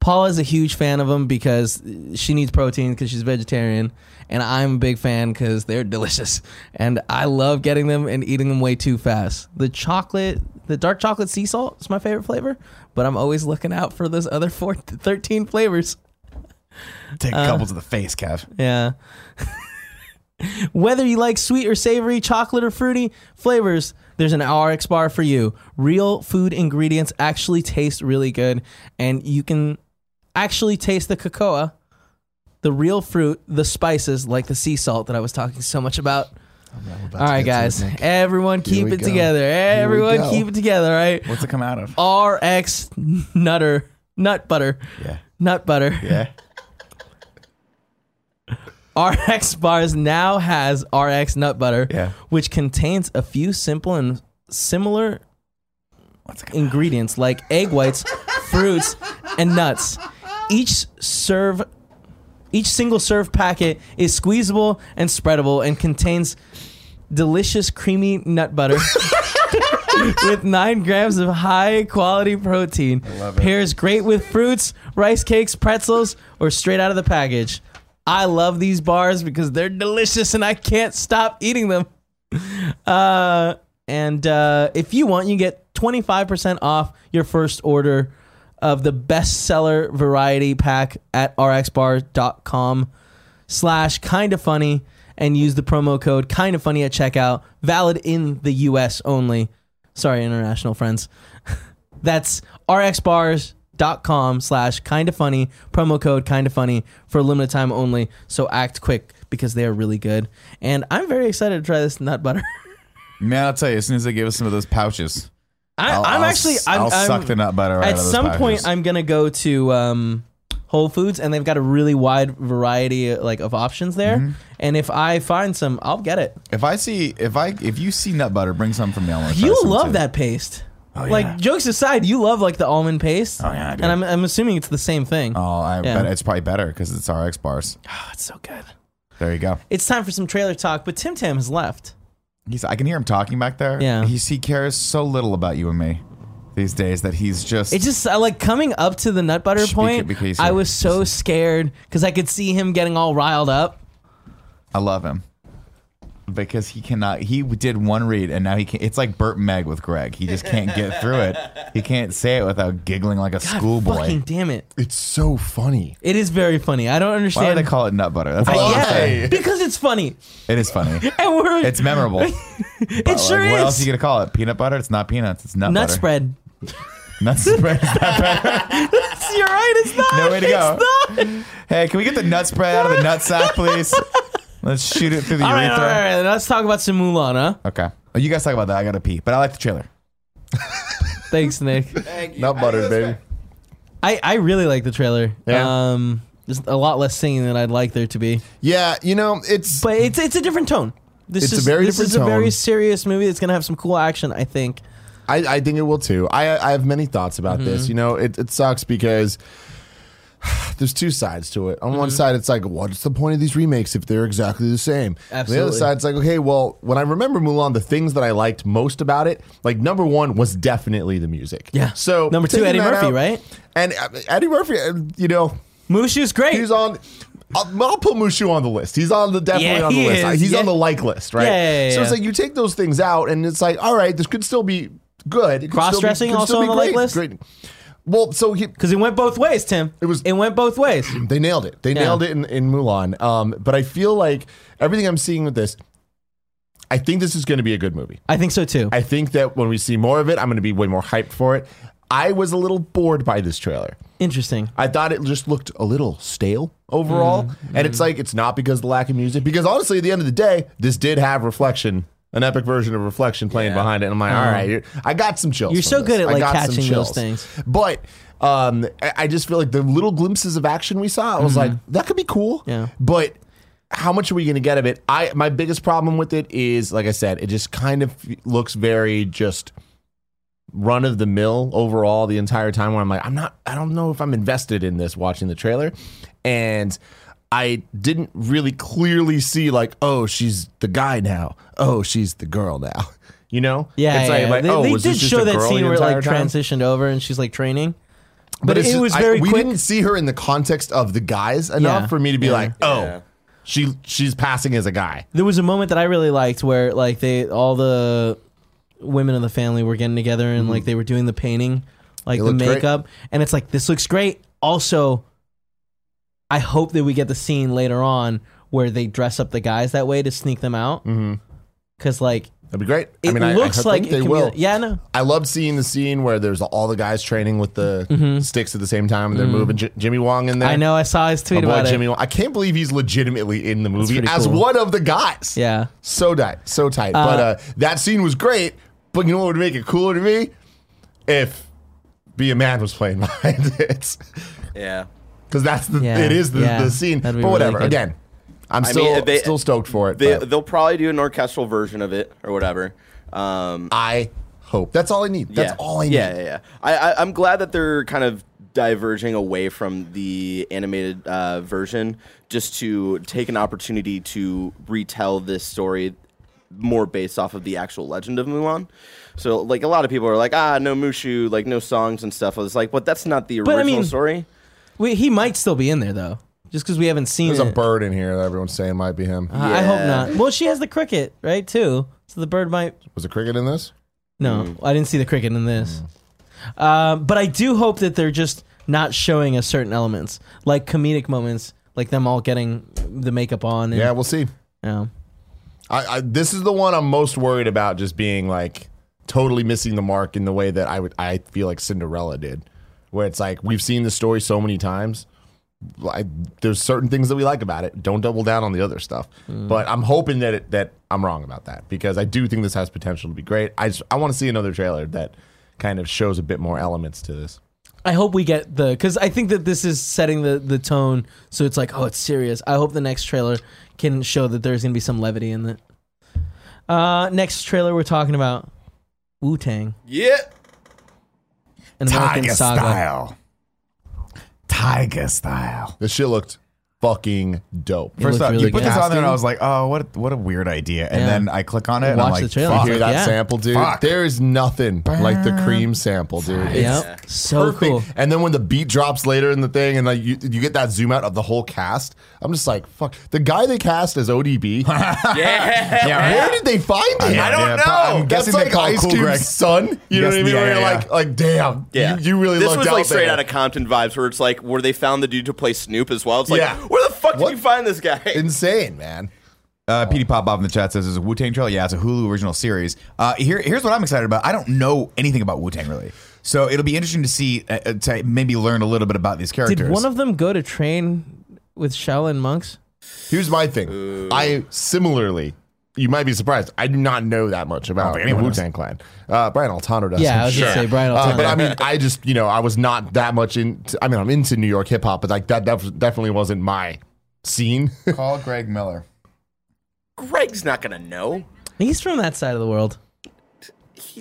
S1: Paula's a huge fan of them because she needs protein because she's vegetarian, and I'm a big fan because they're delicious, and I love getting them and eating them way too fast. The chocolate, the dark chocolate sea salt is my favorite flavor, but I'm always looking out for those other four, 13 flavors.
S3: Take
S1: uh,
S3: a couple to the face, Kev.
S1: Yeah. Whether you like sweet or savory, chocolate or fruity flavors, there's an RX bar for you. Real food ingredients actually taste really good, and you can actually taste the cocoa, the real fruit, the spices like the sea salt that I was talking so much about. All right, guys. Everyone keep
S2: we
S1: it
S2: go.
S1: together.
S2: Here we
S1: Everyone
S2: go.
S1: keep it together, right?
S3: What's it come out of?
S1: RX Nutter. Nut butter.
S3: Yeah.
S1: Nut butter.
S3: Yeah.
S1: RX Bars now has RX Nut Butter,
S3: Yeah.
S1: which contains a few simple and similar
S3: What's it come
S1: ingredients like egg whites, fruits, and nuts. Each serve each single serve packet is squeezable and spreadable and contains delicious creamy nut butter with 9 grams of high quality protein. Pairs great with fruits, rice cakes, pretzels, or straight out of the package. I love these bars because they're delicious and I can't stop eating them. Uh, and uh, if you want, you get 25% off your first order of the bestseller variety pack at rxbar.com slash kinda funny and use the promo code kinda funny at checkout valid in the us only sorry international friends that's rxbars.com slash kinda funny promo code kinda funny for a limited time only so act quick because they are really good and i'm very excited to try this nut butter
S3: Man, I'll tell you, as soon as they give us some of those pouches,
S1: I,
S3: I'll-
S1: I'm
S3: I'll
S1: actually.
S3: s-
S1: I'm,
S3: I'll
S1: I'm-
S3: suck the nut butter right out
S1: At
S3: of those
S1: some point,
S3: packages.
S1: I'm gonna go to um, Whole Foods, and they've got a really wide variety uh, like of options there.
S3: Mm-hmm.
S1: And if I find some, I'll get it.
S3: If I see if I if you see nut butter, bring some for me. I wanna try
S1: You
S3: some,
S1: love
S3: too. Oh,
S1: that paste. Like jokes aside, you love like the almond paste. Oh
S3: yeah, I do.
S1: and I'm I'm assuming it's the same thing.
S3: Oh, I
S1: Yeah.
S3: bet it's probably better because it's RX bars.
S1: oh it's so good.
S3: There you go.
S1: It's time for some trailer talk, but Tim Tam has left.
S3: He's I can hear him talking back there.
S1: Yeah.
S3: He's, he cares so little about you and me these days that he's just
S1: It just I like coming up to the nut butter
S3: Shh, be-
S1: point.
S3: be crazy.
S1: I was so scared because I could see him getting all riled up.
S3: I love him because he cannot. He did one read and now he can. It's like Burt Meg with Greg. He just can't get through it. He can't say it without giggling like a
S1: God,
S3: schoolboy.
S1: fucking damn it!
S2: It's so funny.
S1: It is very funny. I don't
S3: Why would
S1: understand.
S3: they call it nut butter? That's all I'm saying.
S1: yeah, because it's funny,
S3: It is funny.
S1: and we're
S3: It's memorable. But,
S1: it sure
S3: like, What else are
S1: is.
S3: you gonna call it? Peanut butter? It's not peanuts. It's nut,
S1: Nut
S3: butter.
S1: spread.
S3: Nut spread. is not better.
S1: You're right. It's not.
S3: No way to go.
S1: It's not.
S3: Hey, can we get the nut spread out of the nut sack, please? Let's shoot it through the
S1: All right, all
S3: urethra.
S1: right, all right. Let's talk about some Mulan, huh?
S3: Okay. Oh, you guys talk about that. I gotta pee, but I like the trailer.
S1: Thanks, Nick.
S2: Nut butter, baby.
S1: I, I really like the trailer.
S2: Yeah.
S1: Um, there's a lot less singing than I'd like there to be,
S2: Yeah, you know, it's
S1: but it's it's a different tone. This
S2: It's a
S1: is
S2: very
S1: this
S2: different
S1: is a very
S2: tone.
S1: serious movie. It's gonna have some cool action, I think.
S2: I, I think it will too. I I have many thoughts about
S1: Mm-hmm.
S2: this. You know, it, it sucks because there's two sides to it. On one
S1: Mm-hmm.
S2: side, it's like, what's the point of these remakes if they're exactly the same? On The
S1: Absolutely.
S2: other side, it's like, okay, well, when I remember Mulan, the things that I liked most about it, like number one was definitely the music.
S1: Yeah.
S2: So
S1: Number two,
S2: taking
S1: Eddie
S2: that
S1: Murphy, right?
S2: And uh, Eddie Murphy, uh, you know,
S1: Mushu's great.
S2: he's on. I'll, I'll put Mushu on the list. He's on the definitely
S1: Yeah,
S2: on the
S1: he
S2: list.
S1: is.
S2: He's
S1: Yeah.
S2: on the like list, right?
S1: Yeah, yeah, yeah,
S2: So it's
S1: yeah.
S2: like you take those things out, and it's like, all right, this could still be good. It could still be-
S1: Cross-dressing
S2: could still
S1: also on
S2: be
S1: the like
S2: great,
S1: list?
S2: Great. Well, so he,
S1: Because it went both ways, Tim. It
S2: was-
S1: It went both ways.
S2: they nailed it. They
S1: Yeah.
S2: nailed it in, in Mulan. Um, but I feel like everything I'm seeing with this, I think this is going to be a good movie.
S1: I think so too.
S2: I think that when we see more of it, I'm going to be way more hyped for it. I was a little bored by this trailer.
S1: Interesting. Mm,
S2: I thought it just looked a little stale overall. And it's like, it's not because of the lack of music, because honestly, at the end of the day, this did have reflection, an epic version of reflection playing behind it. And I'm like, all right, you're- I got some chills.
S1: Oh. You're
S2: from
S1: so
S2: this.
S1: good at,
S2: I
S1: like,
S2: got some
S1: catching those
S2: chills.
S1: things.
S2: But um, I, I just feel like the little glimpses of action we saw, I was like, that could be cool.
S1: Mm-hmm. Yeah.
S2: But how much are we going to get of it? I my biggest problem with it is, like I said, it just kind of looks very just run of the mill overall the entire time where I'm like, I'm not, I don't know if I'm invested in this watching the trailer. And I didn't really clearly see, like, oh, she's the guy now. Oh, she's the girl now. You know?
S1: Yeah,
S2: It's
S1: yeah,
S2: like,
S1: yeah.
S2: like,
S1: they,
S2: oh,
S1: they
S2: was
S1: did
S2: this just
S1: show
S2: a
S1: that
S2: girl
S1: scene
S2: the
S1: where it, like
S2: entire time?
S1: transitioned over and she's like training. But,
S2: it's
S1: it
S2: just-
S1: was
S2: I-
S1: very
S2: we
S1: quick.
S2: didn't see her in the context of the guys enough
S1: Yeah.
S2: for me to be
S1: Yeah.
S2: like, oh,
S4: Yeah.
S2: she she's passing as a guy.
S1: There was a moment that I really liked where like they all the women of the family were getting together and like they were doing the painting, like
S2: Mm-hmm.
S1: the
S2: It looked great.
S1: makeup, and it's like this looks great. Also, I hope that we get the scene later on where they dress up the guys that way to sneak them out. Mm-hmm. Cause like
S2: That'd be great.
S1: it
S2: I mean, I-
S1: looks
S2: I,
S1: like
S2: think
S1: it
S2: they
S1: can
S2: will.
S1: Be, yeah, no,
S2: I love seeing the scene where there's all the guys training with the sticks at the same time and they're moving. J- Jimmy Wong in there.
S1: Mm-hmm. Mm. I know. I saw his
S2: My
S1: tweet
S2: boy
S1: about
S2: Jimmy
S1: it.
S2: Wong. I can't believe he's legitimately in the movie
S1: pretty
S2: as
S1: cool.
S2: one of the guys.
S1: Yeah,
S2: So tight. So tight. but uh, that scene was great. But you know what would make it cooler to me? If Be a Man was playing behind it.
S4: Yeah.
S2: Because that's the,
S1: Yeah,
S2: it is the,
S1: yeah.
S2: the scene.
S1: That'd
S2: But
S1: be really
S2: whatever.
S1: good.
S2: Again, I'm
S4: I
S2: still,
S4: mean, they-
S2: still stoked for it.
S4: They,
S2: but
S4: they'll probably do an orchestral version of it or whatever. Um,
S1: Ah,
S2: I hope. That's all I need. That's
S4: yeah.
S2: all I need.
S4: Yeah, yeah, yeah. I, I, I'm glad that they're kind of diverging away from the animated uh, version just to take an opportunity to retell this story more based off of the actual legend of Mulan. So, like, a lot of people are like, ah, no Mushu, like, no songs and stuff. I was like, but that's not the
S1: But,
S4: original
S1: I mean-
S4: story.
S1: we, he might still be in there though, just because we haven't seen
S2: There's
S1: it.
S2: a bird in here that everyone's saying might be him.
S1: I I hope
S4: Yeah.
S1: not. Well, she has the cricket right too, so the bird might
S2: was a cricket in this?
S1: No, I didn't see the cricket in this. Um, but I do hope that they're just not showing us certain elements, like comedic moments, like them all getting the makeup on. And,
S2: Yeah, we'll see.
S1: yeah.
S2: I, I this is the one I'm most worried about just being like totally missing the mark in the way that I would I feel like Cinderella did, where it's like we've seen the story so many times. I, there's certain things that we like about it. Don't double down on the other stuff.
S1: Mm.
S2: But I'm hoping that it, that I'm wrong about that because I do think this has potential to be great. I just, I want to see another trailer that kind of shows a bit more elements to this.
S1: I hope we get the because I think that this is setting the the tone. So it's like, oh, it's serious. I hope the next trailer can show that there's gonna be some levity in it. Uh, next trailer we're talking about Wu Tang
S4: Yeah.
S1: and American
S3: Tiger
S1: Saga.
S3: style. Tiger style.
S2: This shit looked fucking dope.
S1: It
S3: First
S1: looked
S3: off,
S1: really
S3: you put
S1: good.
S3: this on there, and I was like, "Oh, what what a weird idea!" And
S1: Yeah.
S3: then I click on it, and
S1: Watch
S3: I'm like,
S1: the trailer.
S3: "Fuck."
S2: Hear that
S1: Yeah.
S2: sample, dude?
S3: Fuck.
S2: There is nothing like the cream sample, dude. It's
S1: Yep, so
S2: perfect.
S1: Oh, cool.
S2: And then when the beat drops later in the thing, and like you, you get that zoom out of the whole cast, I'm just like, fuck. The guy they cast as ODB,
S4: Yeah.
S2: where did they find him?
S3: I don't
S2: but
S3: know.
S2: I'm
S3: That's
S2: guessing
S3: like
S2: they call
S3: Ice
S2: Ice
S3: Cube's
S2: Cube's son. You know what I mean?
S3: Yeah,
S2: Where you're
S3: yeah,
S2: like, like, damn,
S4: Yeah.
S2: you, you really
S4: This
S2: lucked
S4: was
S2: out
S4: like straight
S2: there.
S4: out of Compton vibes, where it's like where they found the dude to play Snoop as well. It's like,
S2: Yeah.
S4: where the fuck
S2: What?
S4: did you find this guy?
S2: insane, man.
S3: Uh, PD Pop Bob in the chat says it's a Wu Tang trailer. Yeah, it's a Hulu original series. Uh, here, here's what I'm excited about. I don't know anything about Wu Tang really, so it'll be interesting to see uh, uh, to maybe learn a little bit about these characters.
S1: Did one of them go to train with Shaolin monks?
S2: Here's my thing. I similarly, you might be surprised. I do not know that much about
S3: think
S2: the
S3: Oh, anyone
S2: Wu
S3: does.
S2: Tang Clan. Uh, Brian Altano does.
S1: Yeah, I
S2: I'm
S1: was gonna
S2: sure.
S1: say Brian
S2: Uh, but
S1: Altano.
S2: I mean, I just you know, I was not that much into. I mean, I'm into New York hip hop, but like that def- definitely wasn't my scene.
S3: Call Greg Miller.
S4: Greg's not gonna know.
S1: He's from that side of the world.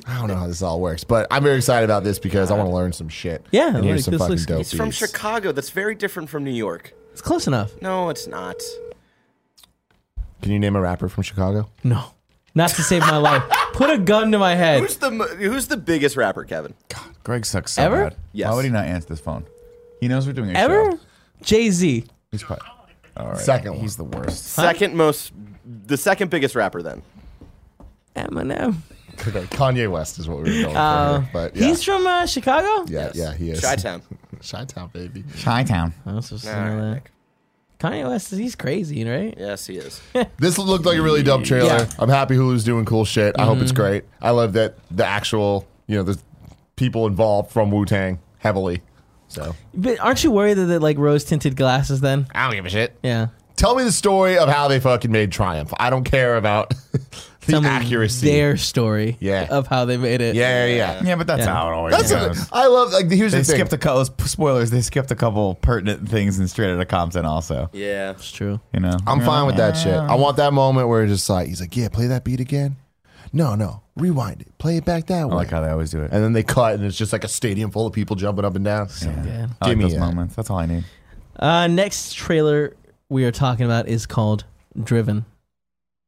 S2: I don't know how this all works, but I'm very excited about this because I want to learn some shit.
S1: Yeah,
S2: and
S1: like,
S2: here's some
S1: this
S2: fucking
S1: looks-
S2: dope.
S1: He's
S4: It's from
S2: beats.
S4: Chicago. That's very different from New York.
S1: It's close enough.
S4: No, it's not.
S2: Can you name a rapper from Chicago?
S1: No, not to save my life. Put a gun to my head.
S4: Who's the mo- Who's the biggest rapper, Kevin?
S3: Greg sucks so
S1: Ever?
S3: bad.
S4: Yes.
S3: Why would he not answer this phone? He knows we're doing a
S1: Ever?
S3: show.
S1: Jay Z.
S3: He's probably, all right.
S2: Second one.
S3: He's the worst.
S4: Second most, the second biggest rapper. Then
S1: Eminem.
S2: Okay, Kanye West is what we were going for, here, but yeah,
S1: He's from uh, Chicago.
S2: yeah, yeah, he is.
S4: Chi-Town.
S2: Chi-town, baby.
S3: Chi Town.
S1: I was supposed to
S4: All
S1: know
S4: right,
S1: that.
S4: Nick.
S1: Kanye West, he's crazy, right?
S4: Yes, he is.
S2: This looked like a really dope trailer.
S1: Yeah.
S2: I'm happy Hulu's doing cool shit. I hope it's great. I love that the actual, you know, the people involved from Wu Tang heavily. So
S1: But aren't you worried that they like rose tinted glasses then?
S2: I don't give a shit.
S1: Yeah.
S2: Tell me the story of how they fucking made Triumph. I don't care about the
S1: Tell me
S2: accuracy.
S1: Their story
S2: Yeah.
S1: of how they made it.
S2: Yeah, yeah, yeah.
S3: Yeah, but that's how it always
S2: That's the
S3: goes.
S2: thing. I love. Like, here's
S3: they
S2: the thing.
S3: skipped a couple spoilers. They skipped a couple pertinent things and straight out of Compton. Also,
S4: Yeah.
S1: It's true.
S3: you know,
S2: I'm
S3: Yeah.
S2: fine with that shit. I want that moment where it's just like he's like, yeah, play that beat again. No, no, rewind it. Play it back that
S3: I
S2: way.
S3: like how they always do it.
S2: and then they cut, and it's just like a stadium full of people jumping up and down.
S1: Yeah.
S3: I like
S2: Gimme
S3: those
S2: that.
S3: moments. That's all I need.
S1: Uh, next trailer we are talking about is called Driven.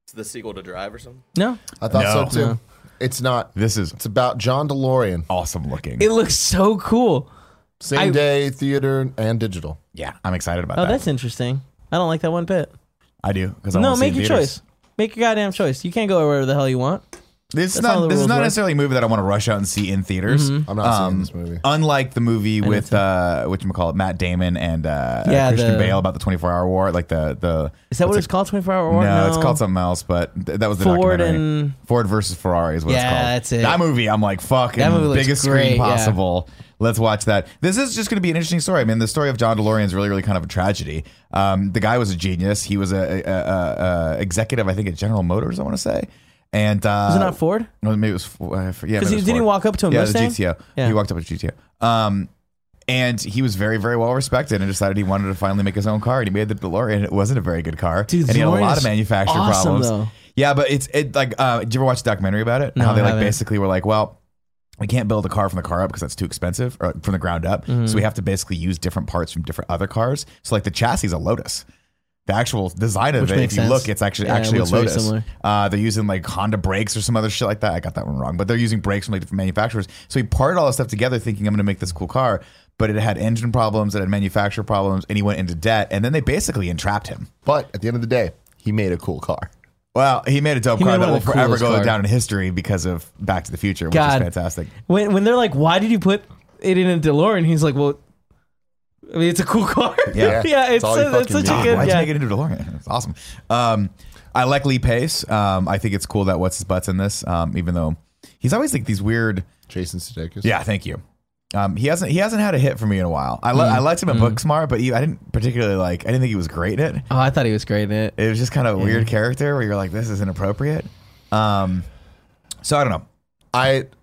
S4: It's the sequel to Drive or something.
S1: No,
S2: I thought
S3: No.
S2: so too.
S1: No.
S2: It's not.
S3: This is
S2: It's about John DeLorean.
S3: awesome looking.
S1: it looks so cool.
S2: Same
S1: I-
S2: day theater and digital.
S3: yeah, I'm excited about
S1: Oh,
S3: that.
S1: that's interesting. I don't like that one bit.
S3: I do because I
S1: No,
S3: wanna see
S1: make
S3: it in
S1: your
S3: theaters.
S1: choice. Make your goddamn choice. You can't go wherever the hell you want.
S3: This is
S1: That's how the
S3: not. This is
S1: rules
S3: not
S1: work. Mm-hmm.
S3: necessarily a movie that I want to rush out and see in theaters. Um,
S2: I'm not seeing this movie.
S3: Unlike the movie with uh, which call it Matt Damon and uh,
S1: Yeah,
S3: Christian
S1: the-
S3: Bale about the 24 hour war, like the the.
S1: Is that what
S3: it's
S1: it's called? 24 hour war?
S3: No, it's called something else, but th- that was the
S1: Ford
S3: documentary.
S1: and-
S3: Ford versus Ferrari is what
S1: Yeah,
S3: it's called.
S1: that's it.
S3: That movie, I'm like, fucking
S1: That movie looks
S3: biggest
S1: great,
S3: screen
S1: yeah.
S3: possible. Let's watch that. This is just going to be an interesting story. I mean, the story of John DeLorean is really, really kind of a tragedy. Um, the guy was a genius. He was a, a, a, a executive, I think, at General Motors. I want to say. And uh,
S1: Is it not Ford?
S3: no, maybe it was. Uh, yeah,
S1: Because he
S3: maybe it was
S1: didn't he
S3: Ford.
S1: walk up to him.
S3: Yeah,
S1: Mustang?
S3: the GTO.
S1: Yeah.
S3: He walked up to GTO. Um, and he was very, very well respected, and decided he wanted to finally make his own car. And he made the DeLorean. It wasn't a very good car,
S1: Dude,
S3: and he had a
S1: DeLorean
S3: lot
S1: is
S3: of manufacturing
S1: awesome,
S3: problems.
S1: though.
S3: Yeah, but it's it like. Uh, did you ever watch a documentary about it?
S1: No,
S3: How they
S1: I
S3: like
S1: haven't.
S3: basically were like, well. We can't build a car from the car up because that's too expensive, or from the ground up.
S1: Mm-hmm.
S3: So we have to basically use different parts from different other cars. So like the chassis is a Lotus. The actual design of
S1: Which
S3: it, if
S1: makes
S3: you look,
S1: sense.
S3: it's actually
S1: Yeah, it
S3: actually a
S1: looks very
S3: Lotus.
S1: similar.
S3: Uh, they're using like Honda brakes or some other shit like that. I got that one wrong, but they're using brakes from like different manufacturers. So he parted all this stuff together, thinking I'm going to make this cool car, but it had engine problems, it had manufacturer problems, and he went into debt. And then they basically entrapped him.
S2: But at the end of the day, he made a cool car.
S3: Well, he made a dope
S1: He
S3: car
S1: made one
S3: that will
S1: of the
S3: forever
S1: coolest
S3: go
S1: cars.
S3: down in history because of Back to the Future, which
S1: God.
S3: is fantastic.
S1: When when they're like, why did you put it in a DeLorean? He's like, well, I mean, it's a cool car.
S3: Yeah.
S1: yeah, it's,
S2: It's all
S1: so-
S2: you
S1: that's
S2: fucking
S1: such a
S2: need.
S1: good.
S3: Why'd
S1: Yeah.
S3: you make it into DeLorean? It's awesome. Um, I like Lee Pace. Um, I think it's cool that what's his butts in this, um, even though he's always like these weird.
S2: Jason Sudeikis.
S3: Yeah, thank you. Um, he hasn't he hasn't had a hit for me in a while. I, li-
S1: Mm-hmm.
S3: I liked him in Booksmart, but he, I didn't particularly like. I didn't think he was great in it.
S1: Oh, I thought he was great in it.
S3: It was just kind of a
S1: Mm-hmm.
S3: weird character where you're like, this is inappropriate. Um, so I don't know.
S2: I it,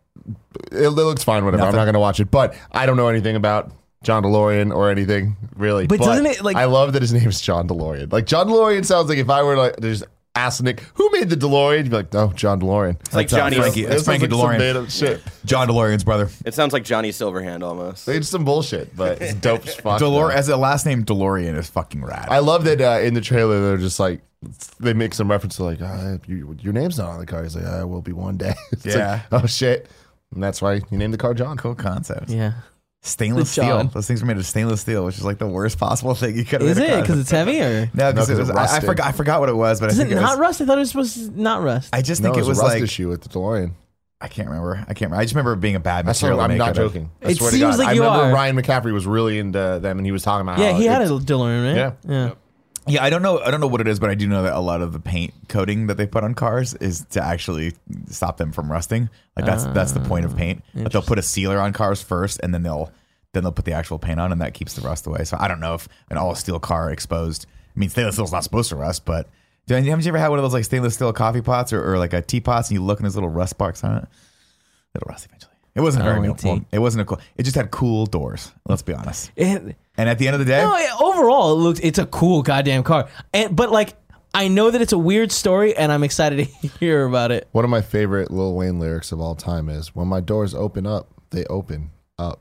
S2: it looks fine. Whatever. I'm
S3: Nothing.
S2: not going to watch it. But I don't know anything about John DeLorean or anything really.
S1: But doesn't it, like-
S2: I love that his name is John DeLorean. Like John DeLorean sounds like if I were like there's arsenic. Who made the DeLorean? You'd be like, oh, John DeLorean.
S4: It's like
S3: That's, uh,
S4: Johnny.
S3: Frankie.
S4: It
S3: That's
S2: That sounds
S3: Frankie
S2: like some
S3: DeLorean.
S2: made up shit.
S3: John DeLorean's brother.
S4: sounds like Johnny Silverhand almost.
S2: It's some bullshit, but it's dope as fuck.
S3: Delore
S2: though.
S3: as a last name DeLorean is fucking rad.
S2: I love that uh, in the trailer they're just like they make some reference to like uh, you, your name's not on the car. He's like, I will be one day. It's like,
S3: Yeah.
S2: oh shit, and that's why you named the car John.
S3: cool concept.
S1: Yeah.
S3: Stainless
S1: The John.
S3: steel. Those things were made of stainless steel, which is like the worst possible thing you could have.
S1: Is
S3: made a
S1: it
S3: car.
S1: because it's heavy or
S3: no?
S2: No,
S3: Because
S2: 'cause
S3: it was.
S2: it
S3: I, I
S2: rusted.
S3: forgot. I forgot what it was, but
S1: is
S3: I
S1: it
S3: think
S1: not
S3: it was.
S1: rust? I thought it was supposed to not rust.
S3: I just
S2: No,
S3: think
S2: it was,
S3: it was
S2: a rust
S3: like
S2: issue with the DeLorean.
S3: I can't remember. I can't. remember. I just remember it being a bad
S2: That's
S3: material.
S2: what
S3: to
S2: I'm
S3: make
S2: not
S3: out of.
S2: joking. I
S1: It
S2: swear to
S1: seems
S2: God.
S1: like
S2: I
S1: you
S2: remember
S1: are.
S2: Ryan McCaffrey was really into them, and he was talking about
S1: yeah,
S2: how
S1: he had a
S2: it's-
S1: DeLorean, right?
S2: Yeah.
S1: Yeah.
S3: Yeah, I don't know. I don't know what it is, but I do know that a lot of the paint coating that they put on cars is to actually stop them from rusting. Like that's that's the point
S1: Ah,
S3: of paint. But they'll put a sealer on cars first, and then they'll then they'll put the actual paint on, and that keeps the rust away. So I don't know if an all steel car exposed. I mean, stainless steel's not supposed to rust, but do you- haven't you ever had one of those like stainless steel coffee pots or, or like a teapots, and you look and there's little rust marks on it? It'll rust eventually. It wasn't a
S1: Oh,
S3: very
S1: it's
S3: cool.
S1: a-
S3: It wasn't a cool. It just had cool doors. Let's be honest.
S1: It-
S3: And at the end of the day,
S1: No, it, overall, it looks it's a cool goddamn car. And but like, I know that it's a weird story, and I'm excited to hear about it.
S2: One of my favorite Lil Wayne lyrics of all time is "When my doors open up, they open up."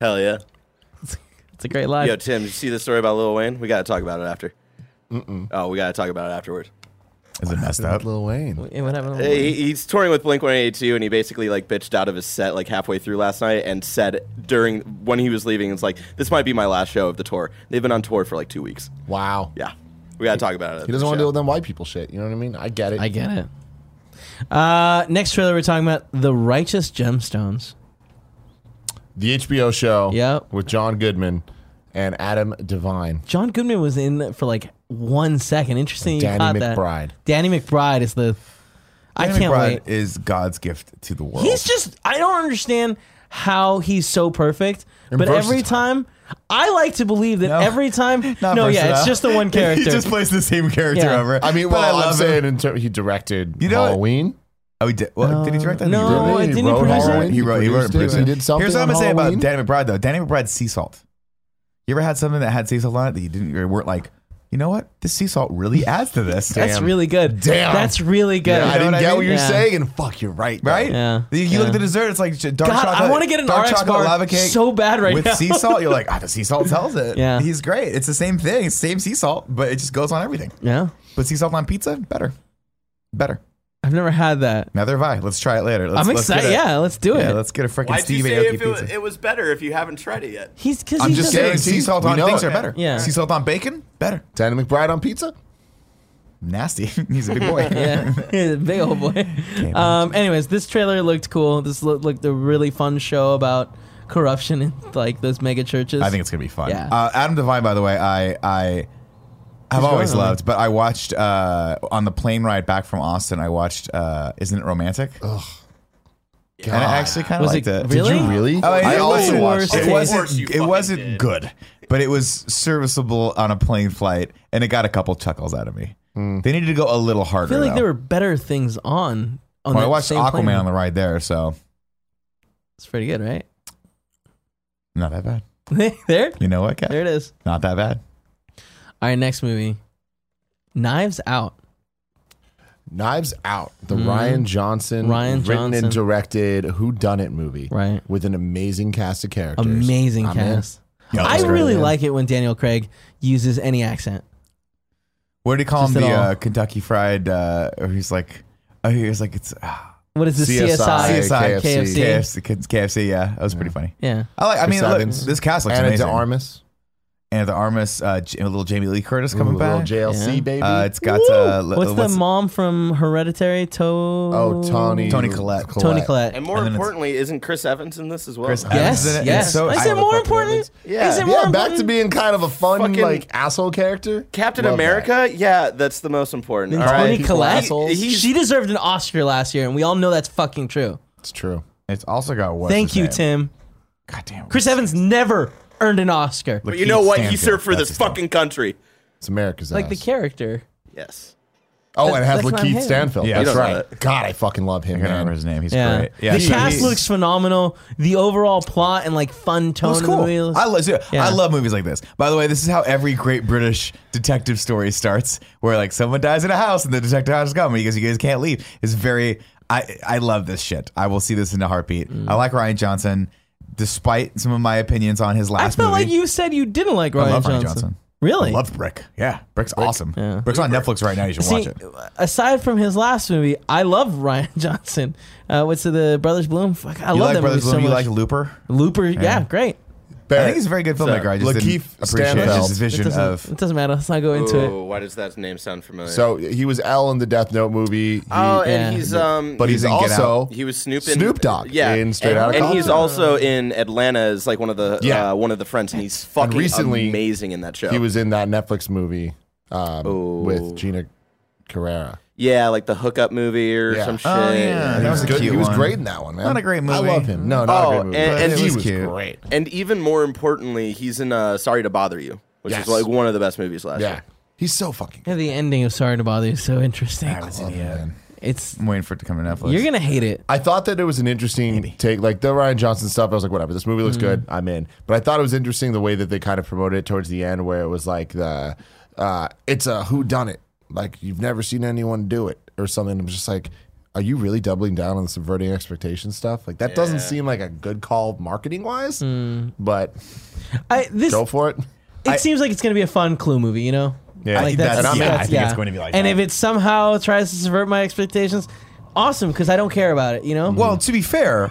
S4: Hell yeah.
S1: It's a great line.
S4: Yo, Tim, you see the story about Lil Wayne? We gotta talk about it after. Oh, we gotta talk about it afterwards.
S3: is it messed up?
S2: Lil Wayne.
S1: Hey, what happened?
S4: He, he's touring with Blink 182, and he basically like bitched out of his set like halfway through last night, and said during when he was leaving, it's like this might be my last show of the tour. They've been on tour for like two weeks.
S2: Wow.
S4: Yeah, we gotta talk about it. at
S2: He doesn't
S4: the
S2: want to
S4: show.
S2: deal with them white people shit. You know what I mean? I get it.
S1: I get it. Uh, next trailer we're talking about the Righteous Gemstones.
S2: the HBO show
S1: Yep.
S2: with John Goodman and Adam Devine.
S1: John Goodman was in it for like one second. Interesting. you
S2: Danny
S1: caught that.
S2: McBride.
S1: Danny McBride is the. I
S3: Danny
S1: can't wait.
S3: McBride is God's gift to the world.
S1: He's just I don't understand how he's so perfect. but every time I like to believe that
S3: No.
S1: every time
S3: Not
S1: No, yeah, it's
S3: versatile.
S1: just the one
S3: he
S1: character.
S3: just plays the same character
S1: Yeah.
S3: over.
S2: I mean,
S3: But
S2: well, I
S3: I
S2: am
S3: love
S2: saying in ter- he directed
S3: You know what?
S2: Halloween.
S3: Oh, he did. Well, did he direct that?
S1: no,
S3: he,
S1: I
S3: wrote
S1: Oh, didn't he
S2: wrote
S1: produce
S2: Halloween.
S1: it?
S3: He wrote. He wrote. and
S2: produced
S3: produced
S2: it.
S3: it.
S2: He did something.
S3: Here's what I'm
S2: on
S3: gonna say about
S2: Halloween.
S3: Danny McBride though. Danny McBride's sea salt. You ever had something that had sea salt on it that you didn't? You weren't like, you know what? This sea salt really adds to this.
S1: That's
S2: Damn.
S1: really good.
S2: Damn.
S1: That's really good.
S2: Yeah, I
S3: You know
S2: didn't
S3: what I
S2: get what
S3: mean?
S2: you're
S1: Yeah.
S2: saying. Fuck, you're right. though.
S3: Right?
S1: Yeah.
S3: You, you look at
S1: Yeah.
S3: the dessert. It's like dark
S1: God, I
S3: chocolate.
S1: wanna get an
S3: dark
S1: RX
S3: chocolate
S1: bar
S3: lava cake
S1: so bad right
S3: with
S1: now.
S3: sea salt. You're like, ah, the sea salt tells it.
S1: Yeah.
S3: he's great. It's the same thing. It's the same sea salt, but it just goes on everything.
S1: Yeah.
S3: But sea salt on pizza, better, better.
S1: I've never had that.
S3: Neither have I. Let's try it later. Let's,
S1: I'm
S3: let's get
S1: excited.
S3: a-
S1: yeah, let's do it.
S3: Yeah, let's get a freaking
S4: Why'd you
S3: Steve
S4: say
S3: Aoki
S4: if it, was,
S3: pizza.
S4: it was better if you haven't tried it yet?
S1: he's because
S3: I'm
S1: he's
S3: just
S1: just
S3: saying, sea salt
S2: We
S3: on
S2: know
S3: things
S2: it.
S3: are better.
S1: Yeah.
S3: sea salt on bacon, better.
S2: Danny McBride on pizza.
S3: Nasty. He's a big boy.
S1: yeah, big old boy. Um, anyways, this trailer looked cool. This looked like a really fun show about corruption in like those mega churches.
S3: I think it's gonna be fun.
S1: Yeah.
S3: Uh, Adam Devine, by the way, I I have always
S1: going on?
S3: loved, but I watched uh, on the plane ride back from Austin. I watched uh, Isn't It Romantic? and I actually kind of
S1: was
S3: liked
S1: it
S3: it.
S1: really?
S2: Did you really?
S3: Oh,
S2: I
S3: it
S2: also
S3: wasn't-
S2: watched
S3: it.
S1: Of
S2: it.
S1: course
S4: you
S3: wasn't. It
S4: fucking
S3: wasn't
S4: did.
S3: good, but it was serviceable on a plane flight, and it got a couple chuckles out of me. They needed to go a little
S1: I
S3: harder.
S1: Hmm. feel like
S3: though.
S1: there were better things on. on
S3: Well, I
S1: that
S3: watched
S1: same
S3: Aquaman
S1: plane.
S3: on the ride there, so
S1: It's pretty good, right?
S3: not that bad.
S1: there,
S3: You know what, Kev?
S1: there it is.
S3: Not that bad.
S1: All right, next movie, Knives Out.
S2: Knives Out, the Ryan Johnson
S1: Mm-hmm. Ryan
S2: written
S1: Johnson.
S2: and directed Who Done It movie,
S1: Right.
S2: With an amazing cast of characters.
S1: Amazing
S2: I'm in.
S1: cast.
S3: Yeah,
S1: I
S3: that's great.
S1: really
S2: yeah.
S1: like it when Daniel Craig uses any accent.
S3: What did he call
S1: Just
S3: him? The
S1: at all.
S3: uh, Kentucky Fried, uh, or he's like, oh, he was like, it's uh,
S1: What is this? CSI,
S2: CSI,
S1: KFC.
S2: KFC.
S3: KFC, KFC. Yeah, that was pretty funny.
S1: Yeah.
S3: I like. I mean,
S2: Chris
S3: look,
S2: Evans.
S3: this cast looks
S2: Anna de
S3: amazing.
S2: Armas,
S3: Anna de Armas, uh, J- a little Jamie Lee Curtis
S2: Ooh,
S3: coming
S2: little
S3: back.
S2: JLC
S1: Yeah.
S2: baby.
S3: Uh, it's got uh, li-
S1: What's, the mom from Hereditary? To-
S2: oh Tony
S3: Tony Collette.
S1: Tony Collette.
S4: And more
S3: And then it's-
S4: importantly, isn't Chris Evans in this as well?
S3: Chris Evans.
S1: Yes,
S3: Isn't it- it's
S1: yes.
S3: so-
S1: is
S3: I
S1: it
S3: love
S1: more
S3: fucking
S1: important?
S4: Yeah.
S1: Is it more
S2: Yeah, back
S1: important?
S2: to being kind of a fun
S4: Fucking-
S2: like asshole character.
S4: Captain
S2: Love
S4: America? Yeah, that's the most important.
S1: Than
S4: All
S1: Toni
S4: right.
S1: Collette.
S4: He- he's-
S1: she deserved an Oscar last year, and we all know that's fucking true.
S2: that. It's true.
S3: It's also got what?
S1: Thank you, Tim.
S3: God damn.
S1: Chris Evans never earned an Oscar.
S4: but you know what? He served for this fucking country.
S2: It's America's
S1: like the
S2: ass.
S1: character.
S4: Yes.
S2: Oh, and it has
S1: That's what I'm
S2: Lakeith
S1: hating.
S2: Stanfield.
S3: Yeah.
S2: That's
S4: You don't
S2: right.
S4: know
S2: God, I fucking love him,
S3: I can't remember
S2: man.
S3: his name. He's
S1: Yeah.
S3: great. Yeah,
S1: the
S3: so
S1: cast
S3: he's-
S1: looks phenomenal. The overall plot and like fun tone
S3: It was
S1: of the
S3: cool.
S1: movies.
S3: I love,
S1: Yeah.
S3: I love movies like this. By the way, this is how every great British detective story starts, where like someone dies in a house and the detective has to come and he goes, "You guys can't leave." It's very. I I love this shit. I will see this in a heartbeat.
S1: Mm.
S3: I like Ryan Johnson, despite some of my opinions on his
S1: I
S3: last
S1: felt
S3: movie.
S1: like you said you didn't like Ryan,
S3: love
S1: Johnson.
S3: Ryan Johnson.
S1: Really?
S3: Love Brick. Yeah, Brick's awesome. Brick's on Netflix right now. You should watch
S1: See,
S3: it.
S1: aside from his last movie, I love Ryan Johnson. Uh, what's it, the Brothers Bloom? Fuck, I love
S3: You like
S1: that
S3: Brothers
S1: movie
S3: Bloom?
S1: so
S3: you
S1: much.
S3: like Looper?
S1: Looper, yeah, great.
S3: I think he's a very good filmmaker. I just didn't
S2: Lakeith
S3: appreciate
S2: Stanfield.
S3: his
S1: It
S3: vision
S1: doesn't,
S3: of. Oh.
S1: it doesn't matter. Let's not go into it.
S4: Ooh, why does that name sound familiar?
S2: So he was L in the Death Note movie. He-
S4: oh, and
S1: Yeah.
S4: he's um,
S2: but he's
S3: in Get
S2: also
S4: he was Snoop in,
S2: Snoop Dogg
S4: yeah,
S2: in Straight
S4: and,
S2: Outta
S4: and he's
S2: Compton.
S4: also in Atlanta as like one of the
S2: Yeah.
S4: uh, one of the friends, and he's fucking
S2: recently,
S4: amazing in that show.
S2: He was in that Netflix movie um,
S4: Oh.
S2: with Gina Carrera.
S4: yeah, like the hookup movie or
S2: Yeah.
S4: some shit.
S3: Oh, yeah. That
S2: He
S3: was
S2: was
S3: a
S2: good.
S3: cute
S2: He was
S3: one.
S2: great in that one, man.
S3: Not a great
S2: I
S3: movie.
S2: love him. No, not a
S4: Oh,
S2: great movie.
S4: and-
S2: but
S4: and
S2: he
S4: he's
S2: was
S3: cute.
S2: great.
S4: And even more importantly, he's in uh, Sorry to Bother You, which
S2: Yes.
S4: is like one of the best movies last
S2: Yeah,
S4: year.
S2: he's so fucking.
S1: Yeah, the ending of Sorry to Bother You is so interesting.
S3: I haven't seen it yet.
S1: It's
S3: I'm waiting for it to come to Netflix.
S1: you're gonna hate it.
S2: I thought that it was an interesting take, like the Ryan Johnson stuff. I was like, whatever, this movie looks
S3: Mm-hmm.
S2: good, I'm in. But I thought it was interesting the way that they kind of promoted it towards the end, where it was like the, uh, it's a who done it, like you've never seen anyone do it or something. I'm just like, are you really doubling down on the subverting expectation stuff? Like that doesn't seem like a good call marketing wise,
S3: Mm.
S2: but
S1: I this
S2: go for it.
S1: it seems like it's gonna be a fun Clue movie, you know?
S2: Yeah.
S1: like
S3: That's-
S1: that's, that's,
S3: yeah, I think
S1: yeah.
S3: it's going to be like
S1: And
S3: that.
S1: if it somehow tries to subvert my expectations, awesome, because I don't care about it. You know,
S3: well, to be fair,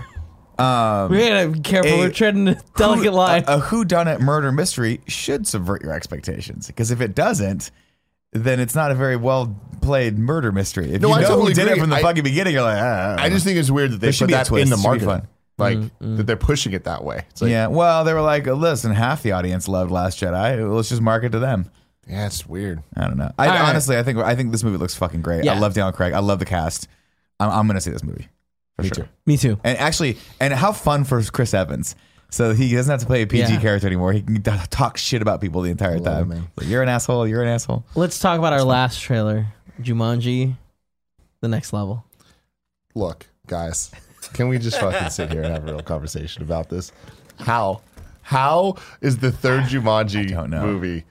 S1: we're gonna be careful.
S3: a-
S1: we're treading a
S3: uh,
S1: delicate line.
S3: A, a whodunit murder mystery should subvert your expectations because if it doesn't, then it's not a very well played murder mystery. If
S2: No,
S3: you
S2: I
S3: know
S2: totally
S3: who did it
S2: agree.
S3: from the
S2: I-
S3: fucking beginning, you're like, ah,
S2: I just think it's weird that they
S3: There should
S2: put
S3: be a
S2: that
S3: twist.
S2: in the
S3: It should be
S2: marketing,
S3: fun. Mm,
S2: like that they're pushing it that way. It's like, yeah,
S3: yeah. Well, they were like, listen, half the audience loved Last Jedi. Let's just market to them.
S2: it's weird.
S3: I don't know. I,
S1: All right.
S3: honestly, I think I think this movie looks fucking great.
S1: Yeah.
S3: I love Daniel Craig. I love the cast. I'm, I'm gonna see this movie for sure.
S2: too.
S1: Me too.
S3: And actually, and how fun for Chris Evans. So he doesn't have to play a PG
S1: Yeah.
S3: character anymore. He can t- talk shit about people the entire time. Like, you're an asshole. You're an asshole.
S1: Let's talk about our last trailer, Jumanji, the next level.
S2: look, guys, can we just fucking sit here and have a real conversation about this? How? How is the third Jumanji
S3: don't know.
S2: movie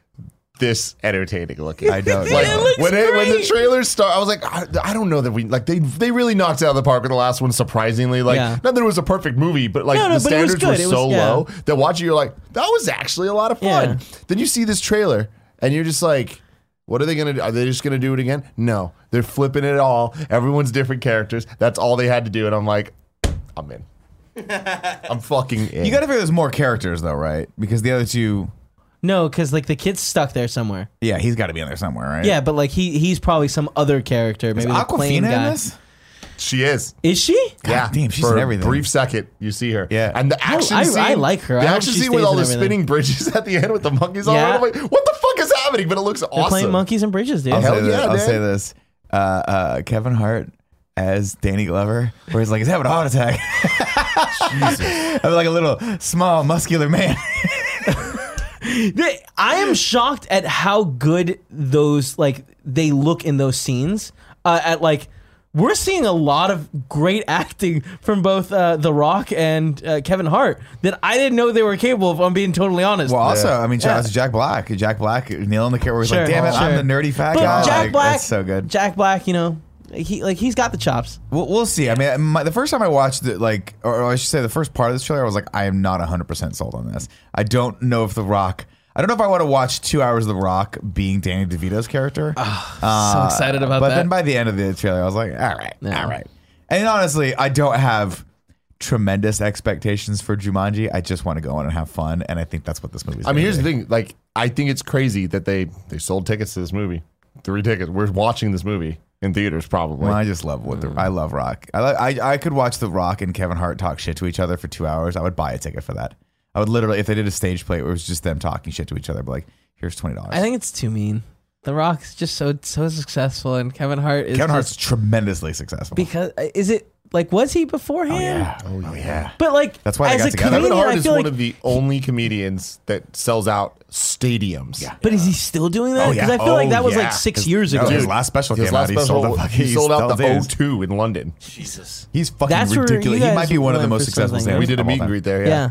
S2: this entertaining looking?
S3: I don't
S2: Like,
S3: know.
S1: It looks
S2: when, it, when the
S1: great.
S2: trailer started, I was like, I, I don't know that we like they they really knocked it out of the park with the last one. Surprisingly, like
S1: Yeah.
S2: not that it was a perfect movie, but like
S1: No, no,
S2: the
S1: but it was
S2: standards
S1: good. It
S2: were
S1: was-
S2: so
S1: yeah.
S2: low that watching you're like, that was actually a lot of fun.
S1: Yeah.
S2: Then you see this trailer and you're just like, what are they gonna do? Are they just gonna do it again? No, they're flipping it all. Everyone's different characters. That's all they had to do, and I'm like, I'm in. I'm fucking in.
S3: You got to figure there's more characters though, right? Because the other two,
S1: No, because like the kid's stuck there somewhere.
S3: yeah, he's got to be in there somewhere, right?
S1: Yeah, but like he he's probably some other character. Maybe
S3: Is
S1: the
S3: Aquafina
S1: plane
S3: in
S1: guy.
S3: this?
S2: she is.
S1: Is she?
S2: yeah,
S3: damn, she's
S2: for
S3: in
S2: a
S3: everything.
S2: Brief second, you see her.
S3: Yeah.
S2: and the action
S1: I- I
S2: scene.
S1: like her. I
S2: The
S1: hope
S2: action
S1: she
S2: scene with
S1: stays
S2: all
S1: in
S2: the
S1: everything.
S2: spinning bridges at the end with the monkeys all
S1: Yeah.
S2: around. I'm like, what the fuck is happening? But it looks
S1: They're playing
S2: awesome.
S1: monkeys and bridges, dude.
S3: I'll,
S2: Hell
S3: say, this.
S2: yeah,
S3: I'll
S2: man.
S3: say this. Uh, uh, Kevin Hart as Danny Glover, where he's like, he's having a heart attack. I'm like a little small, muscular man.
S1: They- I am shocked at how good those like they look in those scenes. Uh, at like we're seeing a lot of great acting from both uh, The Rock and uh, Kevin Hart that I didn't know they were capable of. I'm being totally honest.
S3: Well, also, I mean, shout out to Jack Black. Jack Black nailing the character. Where he's like,
S1: Sure,
S3: damn it,
S1: sure.
S3: I'm the nerdy fat
S1: but
S3: guy.
S1: Jack
S3: Like,
S1: Black,
S3: that's so good.
S1: Jack Black, you know, he like he's got the chops.
S3: We'll, we'll see. I mean, my, the first time I watched it, like, or, or I should say, the first part of this trailer, I was like, I am not 100% sold on this. I don't know if The Rock. I don't know if I want to watch two hours of The Rock being Danny DeVito's character.
S1: so excited about
S3: Uh, but
S1: that.
S3: then by the end of the trailer, I was like, all right, all right. And honestly, I don't have tremendous expectations for Jumanji. I just want to go on and have fun. And I think that's what this movie's
S2: I mean,
S3: gonna
S2: here's
S3: be.
S2: the thing. Like, I think it's crazy that they they sold tickets to this movie. Three tickets. We're watching this movie in theaters, probably.
S3: Well, I just love what the I
S1: Mm.
S3: love Rock. I, li- I I could watch The Rock and Kevin Hart talk shit to each other for two hours. I would buy a ticket for that. I would literally, if they did a stage play, where it was just them talking shit to each other. But like, here's twenty dollars.
S1: I think it's too mean. The Rock's just so so successful, and Kevin Hart is
S3: Kevin
S1: just-
S3: Hart's tremendously successful.
S1: because is it like was he beforehand?
S3: Oh, yeah.
S1: But like
S3: That's why they
S1: as
S3: got
S1: a
S3: together.
S2: Kevin
S1: comedian,
S2: Hart
S1: I
S2: is
S1: feel
S2: one
S1: like.
S2: of the only comedians that sells out stadiums. Yeah.
S1: but is he still doing that?
S3: Oh, yeah.
S1: Because I feel like
S2: Oh,
S1: that was
S2: yeah.
S1: like six years
S3: no,
S1: ago.
S3: his last special
S2: His
S3: came
S2: last
S3: out.
S2: special,
S3: he sold, the,
S2: he sold out the
S3: days.
S2: O2 in London.
S1: Jesus.
S3: He's fucking
S1: That's where you
S3: ridiculous. He
S1: guys
S3: might be one of the
S1: went
S3: most
S1: for
S3: successful
S1: something,
S3: stand-ups
S1: right?
S2: We did a
S3: of all
S2: meet and
S3: time.
S2: greet there.
S1: Yeah.
S2: Yeah.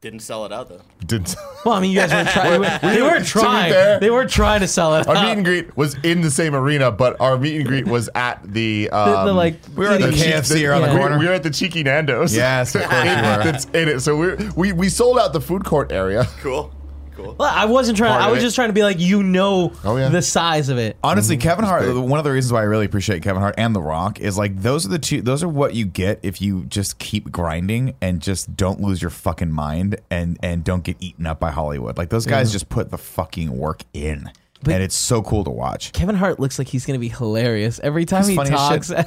S4: Didn't sell it out though.
S2: Didn't-
S1: Well, I mean, you guys were trying. they were trying.
S2: fair-
S1: they were trying to sell it.
S2: Our
S1: out.
S2: meet and greet was in the same arena, but our meet and greet was at the
S1: The-
S2: um,
S1: the, like
S3: we were at the
S1: eating-
S3: KFC around
S1: the
S2: we-
S3: corner.
S2: We were at the Cheeky Nando's.
S3: Yes, of course you were.
S2: that's in it. So we we we sold out the food court area.
S4: Cool. Cool.
S1: Well, I wasn't trying.
S2: Part
S1: I
S2: of
S1: was
S2: it.
S1: just trying to be like, you know,
S2: Oh, yeah.
S1: the size of it.
S3: Honestly, Kevin Hart.
S2: great.
S3: One of the reasons why I really appreciate Kevin Hart and The Rock is like those are the two. Those are what you get if you just keep grinding and just don't lose your fucking mind and and don't get eaten up by Hollywood. Like those guys just put the fucking work in, and it's so cool to watch.
S1: Kevin Hart looks like he's gonna be hilarious every time
S3: He's
S1: he
S3: funny as
S1: talks.
S3: shit.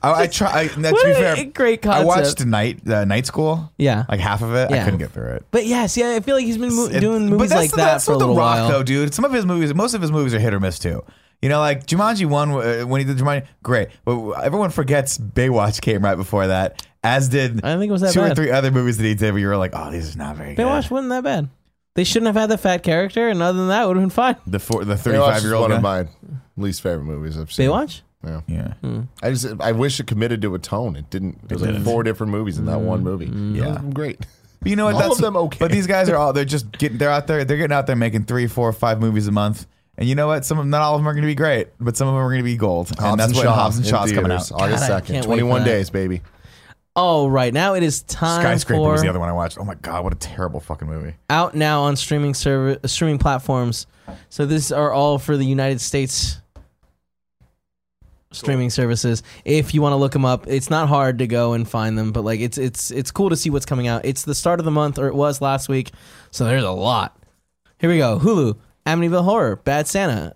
S3: I, I try. I, now, to
S1: What
S3: be
S1: a
S3: fair,
S1: great
S3: I watched
S1: concept.
S3: night uh, night school.
S1: Yeah.
S3: like half of it.
S1: Yeah.
S3: I couldn't get through it.
S1: but yeah, see, I feel like he's been mo-
S3: It-
S1: doing
S3: but
S1: movies
S3: that's
S1: like
S3: the-
S1: that
S3: That's
S1: for
S3: what
S1: a
S3: The
S1: little
S3: Rock
S1: while.
S3: though, dude. Some of his movies, most of his movies are hit or miss too. You know, like Jumanji one uh, when he did Jumanji, great. But everyone forgets Baywatch came right before that, as did
S1: I don't think it was that
S3: two
S1: bad.
S3: or three other movies that he did. Where you were like, oh, these are not very
S1: Baywatch
S3: good.
S1: wasn't that bad. They shouldn't have had the fat character, and other than that, would have been fine.
S3: The four, the
S2: Baywatch
S3: thirty-five
S2: is
S3: year old
S2: one
S3: guy.
S2: of my least favorite movies I've seen.
S1: Baywatch.
S3: yeah,
S1: Hmm.
S2: I just I wish it committed to a tone. It didn't. It was like four different movies in that
S1: Mm-hmm.
S2: one movie.
S3: yeah.
S2: great.
S3: But you know what?
S2: All of
S3: That's
S2: them okay.
S3: But these guys are all they're just getting they're out there they're getting out there making three, four, five movies a month. And you know what? Some of not all of them are going to be great, but some of them are going to be gold. and that's what Hobbs and Shaw's coming out.
S2: August
S1: God, I
S2: second.
S1: can't wait for
S2: Twenty one
S1: that.
S2: days, baby.
S1: All right, now it is time
S3: Skyscraper
S1: for
S3: was the other one I watched. Oh my god, what a terrible fucking movie!
S1: out now on streaming server uh, streaming platforms. So these are all for the United States streaming services. If you want to look them up, it's not hard to go and find them, but like it's it's it's cool to see what's coming out. It's the start of the month or it was last week. So there's a lot. Here we go. Hulu, Amityville Horror, Bad Santa,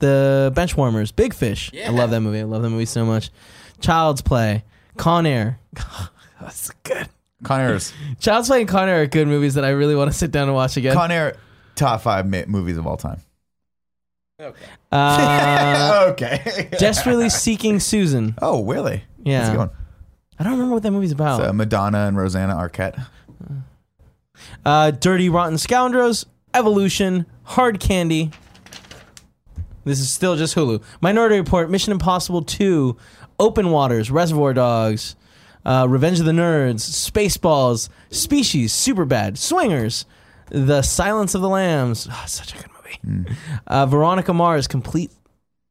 S1: The Benchwarmers, Big Fish. I love that movie. I love that movie so much. Child's Play, Con Air. That's good.
S3: Con Air's
S1: Child's Play and Con Air are good movies that I really want to sit down and watch again.
S3: Con Air top five mi- movies of all time.
S1: Uh,
S3: okay.
S1: Desperately Seeking Susan.
S3: oh really?
S1: Yeah. Oh.
S3: That's a good one.
S1: I don't remember what that movie's about.
S3: It's, uh, Madonna and Rosanna Arquette.
S1: Uh, Dirty Rotten Scoundrels, Evolution, Hard Candy. This is still just Hulu. Minority Report, Mission Impossible 2, Open Waters, Reservoir Dogs, uh, Revenge of the Nerds, Spaceballs, Species, Superbad, Swingers, The Silence of the Lambs. Ah, such a good movie. Uh, Veronica Mars, complete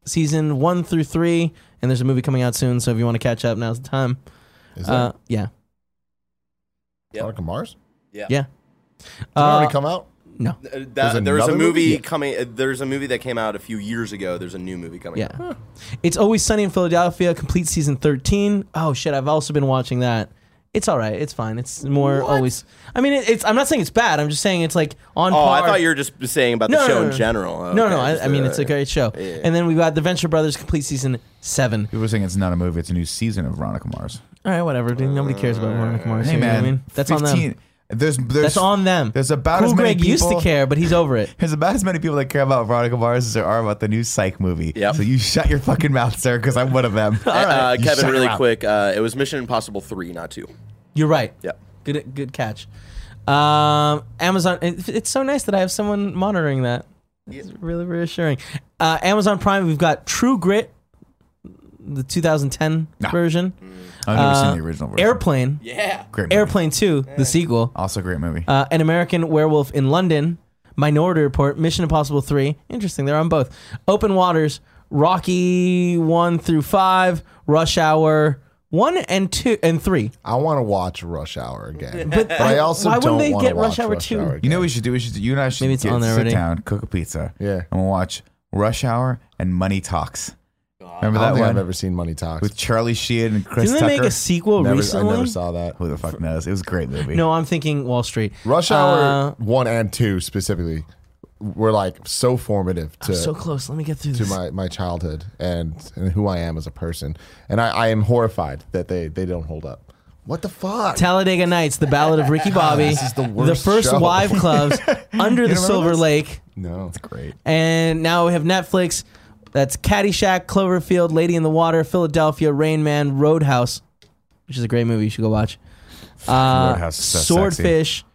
S1: season one through three. And there's a movie coming out soon, so if you want to catch up, now's the time.
S2: Is that
S1: Uh, yeah.
S4: Yep.
S2: Veronica Mars?
S1: Yeah.
S2: Did it
S1: Uh,
S2: already come out?
S1: no.
S4: Uh, That, there was a
S2: another movie?
S4: movie
S2: Yeah.
S4: coming. Uh, there's a movie that came out a few years ago. There's a new movie coming.
S1: Yeah.
S4: out.
S1: It's Always Sunny in Philadelphia, complete season 13. Oh shit, I've also been watching that. It's all right. It's fine. It's more always I mean, it, it's I'm not saying it's bad. I'm just saying it's like on
S4: Oh,
S1: par.
S4: I thought you were just saying about the
S1: No, no,
S4: show
S1: no,
S4: in
S1: no.
S4: general.
S1: No,
S4: Okay,
S1: no, I,
S4: just,
S1: I mean
S4: uh,
S1: it's a great show.
S4: yeah.
S1: And then we've got The Venture Brothers complete season 7.
S3: People are saying it's not a movie; it's a new season of Veronica Mars.
S1: All right, whatever. Dude, nobody cares about Veronica Mars.
S3: Hey
S1: you know what
S3: man,
S1: I mean, that's on them.
S3: 15 There's, there's
S1: That's on them.
S3: There's about
S1: cool
S3: as many
S1: Greg used to
S3: people-
S1: care, but he's over it.
S3: There's about as many people that care about Veronica Mars as there are about the new Psych movie.
S4: Yep.
S3: So you shut your fucking mouth, sir, because I'm one of them.
S4: Uh, uh,
S3: You
S4: Kevin,
S3: shut
S4: really
S3: your mouth.
S4: quick. Uh, it was Mission Impossible three, not two.
S1: You're right.
S4: Yep.
S1: Good good catch. Um, Amazon. It, it's so nice that I have someone monitoring that. It's really reassuring. Uh, Amazon Prime. We've got True Grit, the 2010
S3: Nah.
S1: version.
S3: I've never
S1: Uh,
S3: seen the original version.
S1: Airplane.
S4: Yeah.
S3: Great movie.
S1: Airplane 2, the sequel.
S3: Also, great movie.
S1: Uh, An American Werewolf in London. Minority Report. Mission Impossible 3. Interesting. They're on both. Open Waters. Rocky 1 through 5. Rush Hour 1 and 2 and 3.
S2: I want to watch Rush Hour again, but, I also
S1: why wouldn't
S2: don't
S1: they
S2: wanna
S1: get Rush
S2: watch
S1: Hour 2?
S2: Hour
S3: You know what
S2: again.
S3: we should do? We should you and I should
S1: Maybe it's
S3: get-
S1: on there
S3: sit
S1: already.
S3: down, cook a pizza.
S2: Yeah.
S3: And we'll watch Rush Hour and Money Talks. Remember
S2: I don't
S3: that
S2: think I've
S3: one?
S2: ever seen Money Talks.
S3: With Charlie Sheen and Chris
S1: Didn't they
S3: Tucker.
S1: make a sequel
S2: Never-
S1: recently?
S2: I never saw that.
S3: Who the fuck knows? It was a great movie.
S1: No, I'm thinking Wall Street.
S2: Rush
S1: Uh,
S2: Hour one and two specifically were like so formative to
S1: so close. Let me get through
S2: to
S1: this.
S2: my, my childhood and, and who I am as a person. And I, I am horrified that they, they don't hold up. What the fuck?
S1: Talladega Nights, The Ballad of Ricky Bobby,
S2: the worst
S1: First
S2: show.
S1: Wives Clubs, Under the Silver
S3: this?
S1: Lake,
S2: no.
S3: It's great.
S1: and now we have Netflix. That's Caddyshack, Cloverfield, Lady in the Water, Philadelphia, Rain Man, Roadhouse, which is a great movie. You should go watch. Uh,
S3: Roadhouse is so sexy.
S1: Swordfish,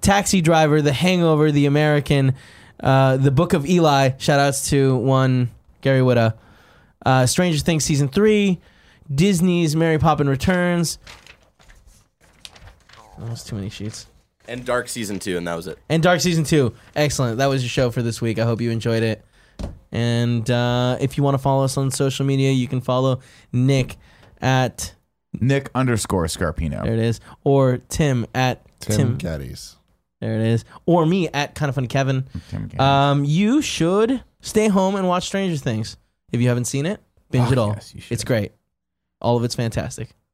S1: Taxi Driver, The Hangover, The American, uh, The Book of Eli. Shout outs to one Gary Whitta. Uh, Stranger Things season three, Disney's Mary Poppins Returns. Oh, that's too many sheets.
S4: And Dark season two, and that was it.
S1: And Dark Season 2. Excellent. That was your show for this week. I hope you enjoyed it. And uh, if you want to follow us on social media, you can follow Nick at,
S3: Nick underscore Scarpino.
S1: there it is, or Tim at
S2: Tim
S1: Tim.
S2: Geddes.
S1: there it is, or me at Kind of Funny Kevin.
S3: Tim Gaines.
S1: Um, you should stay home and watch Stranger Things. If you haven't seen it, binge
S3: Oh,
S1: it all.
S3: yes, you should.
S1: it's great. All of it's fantastic.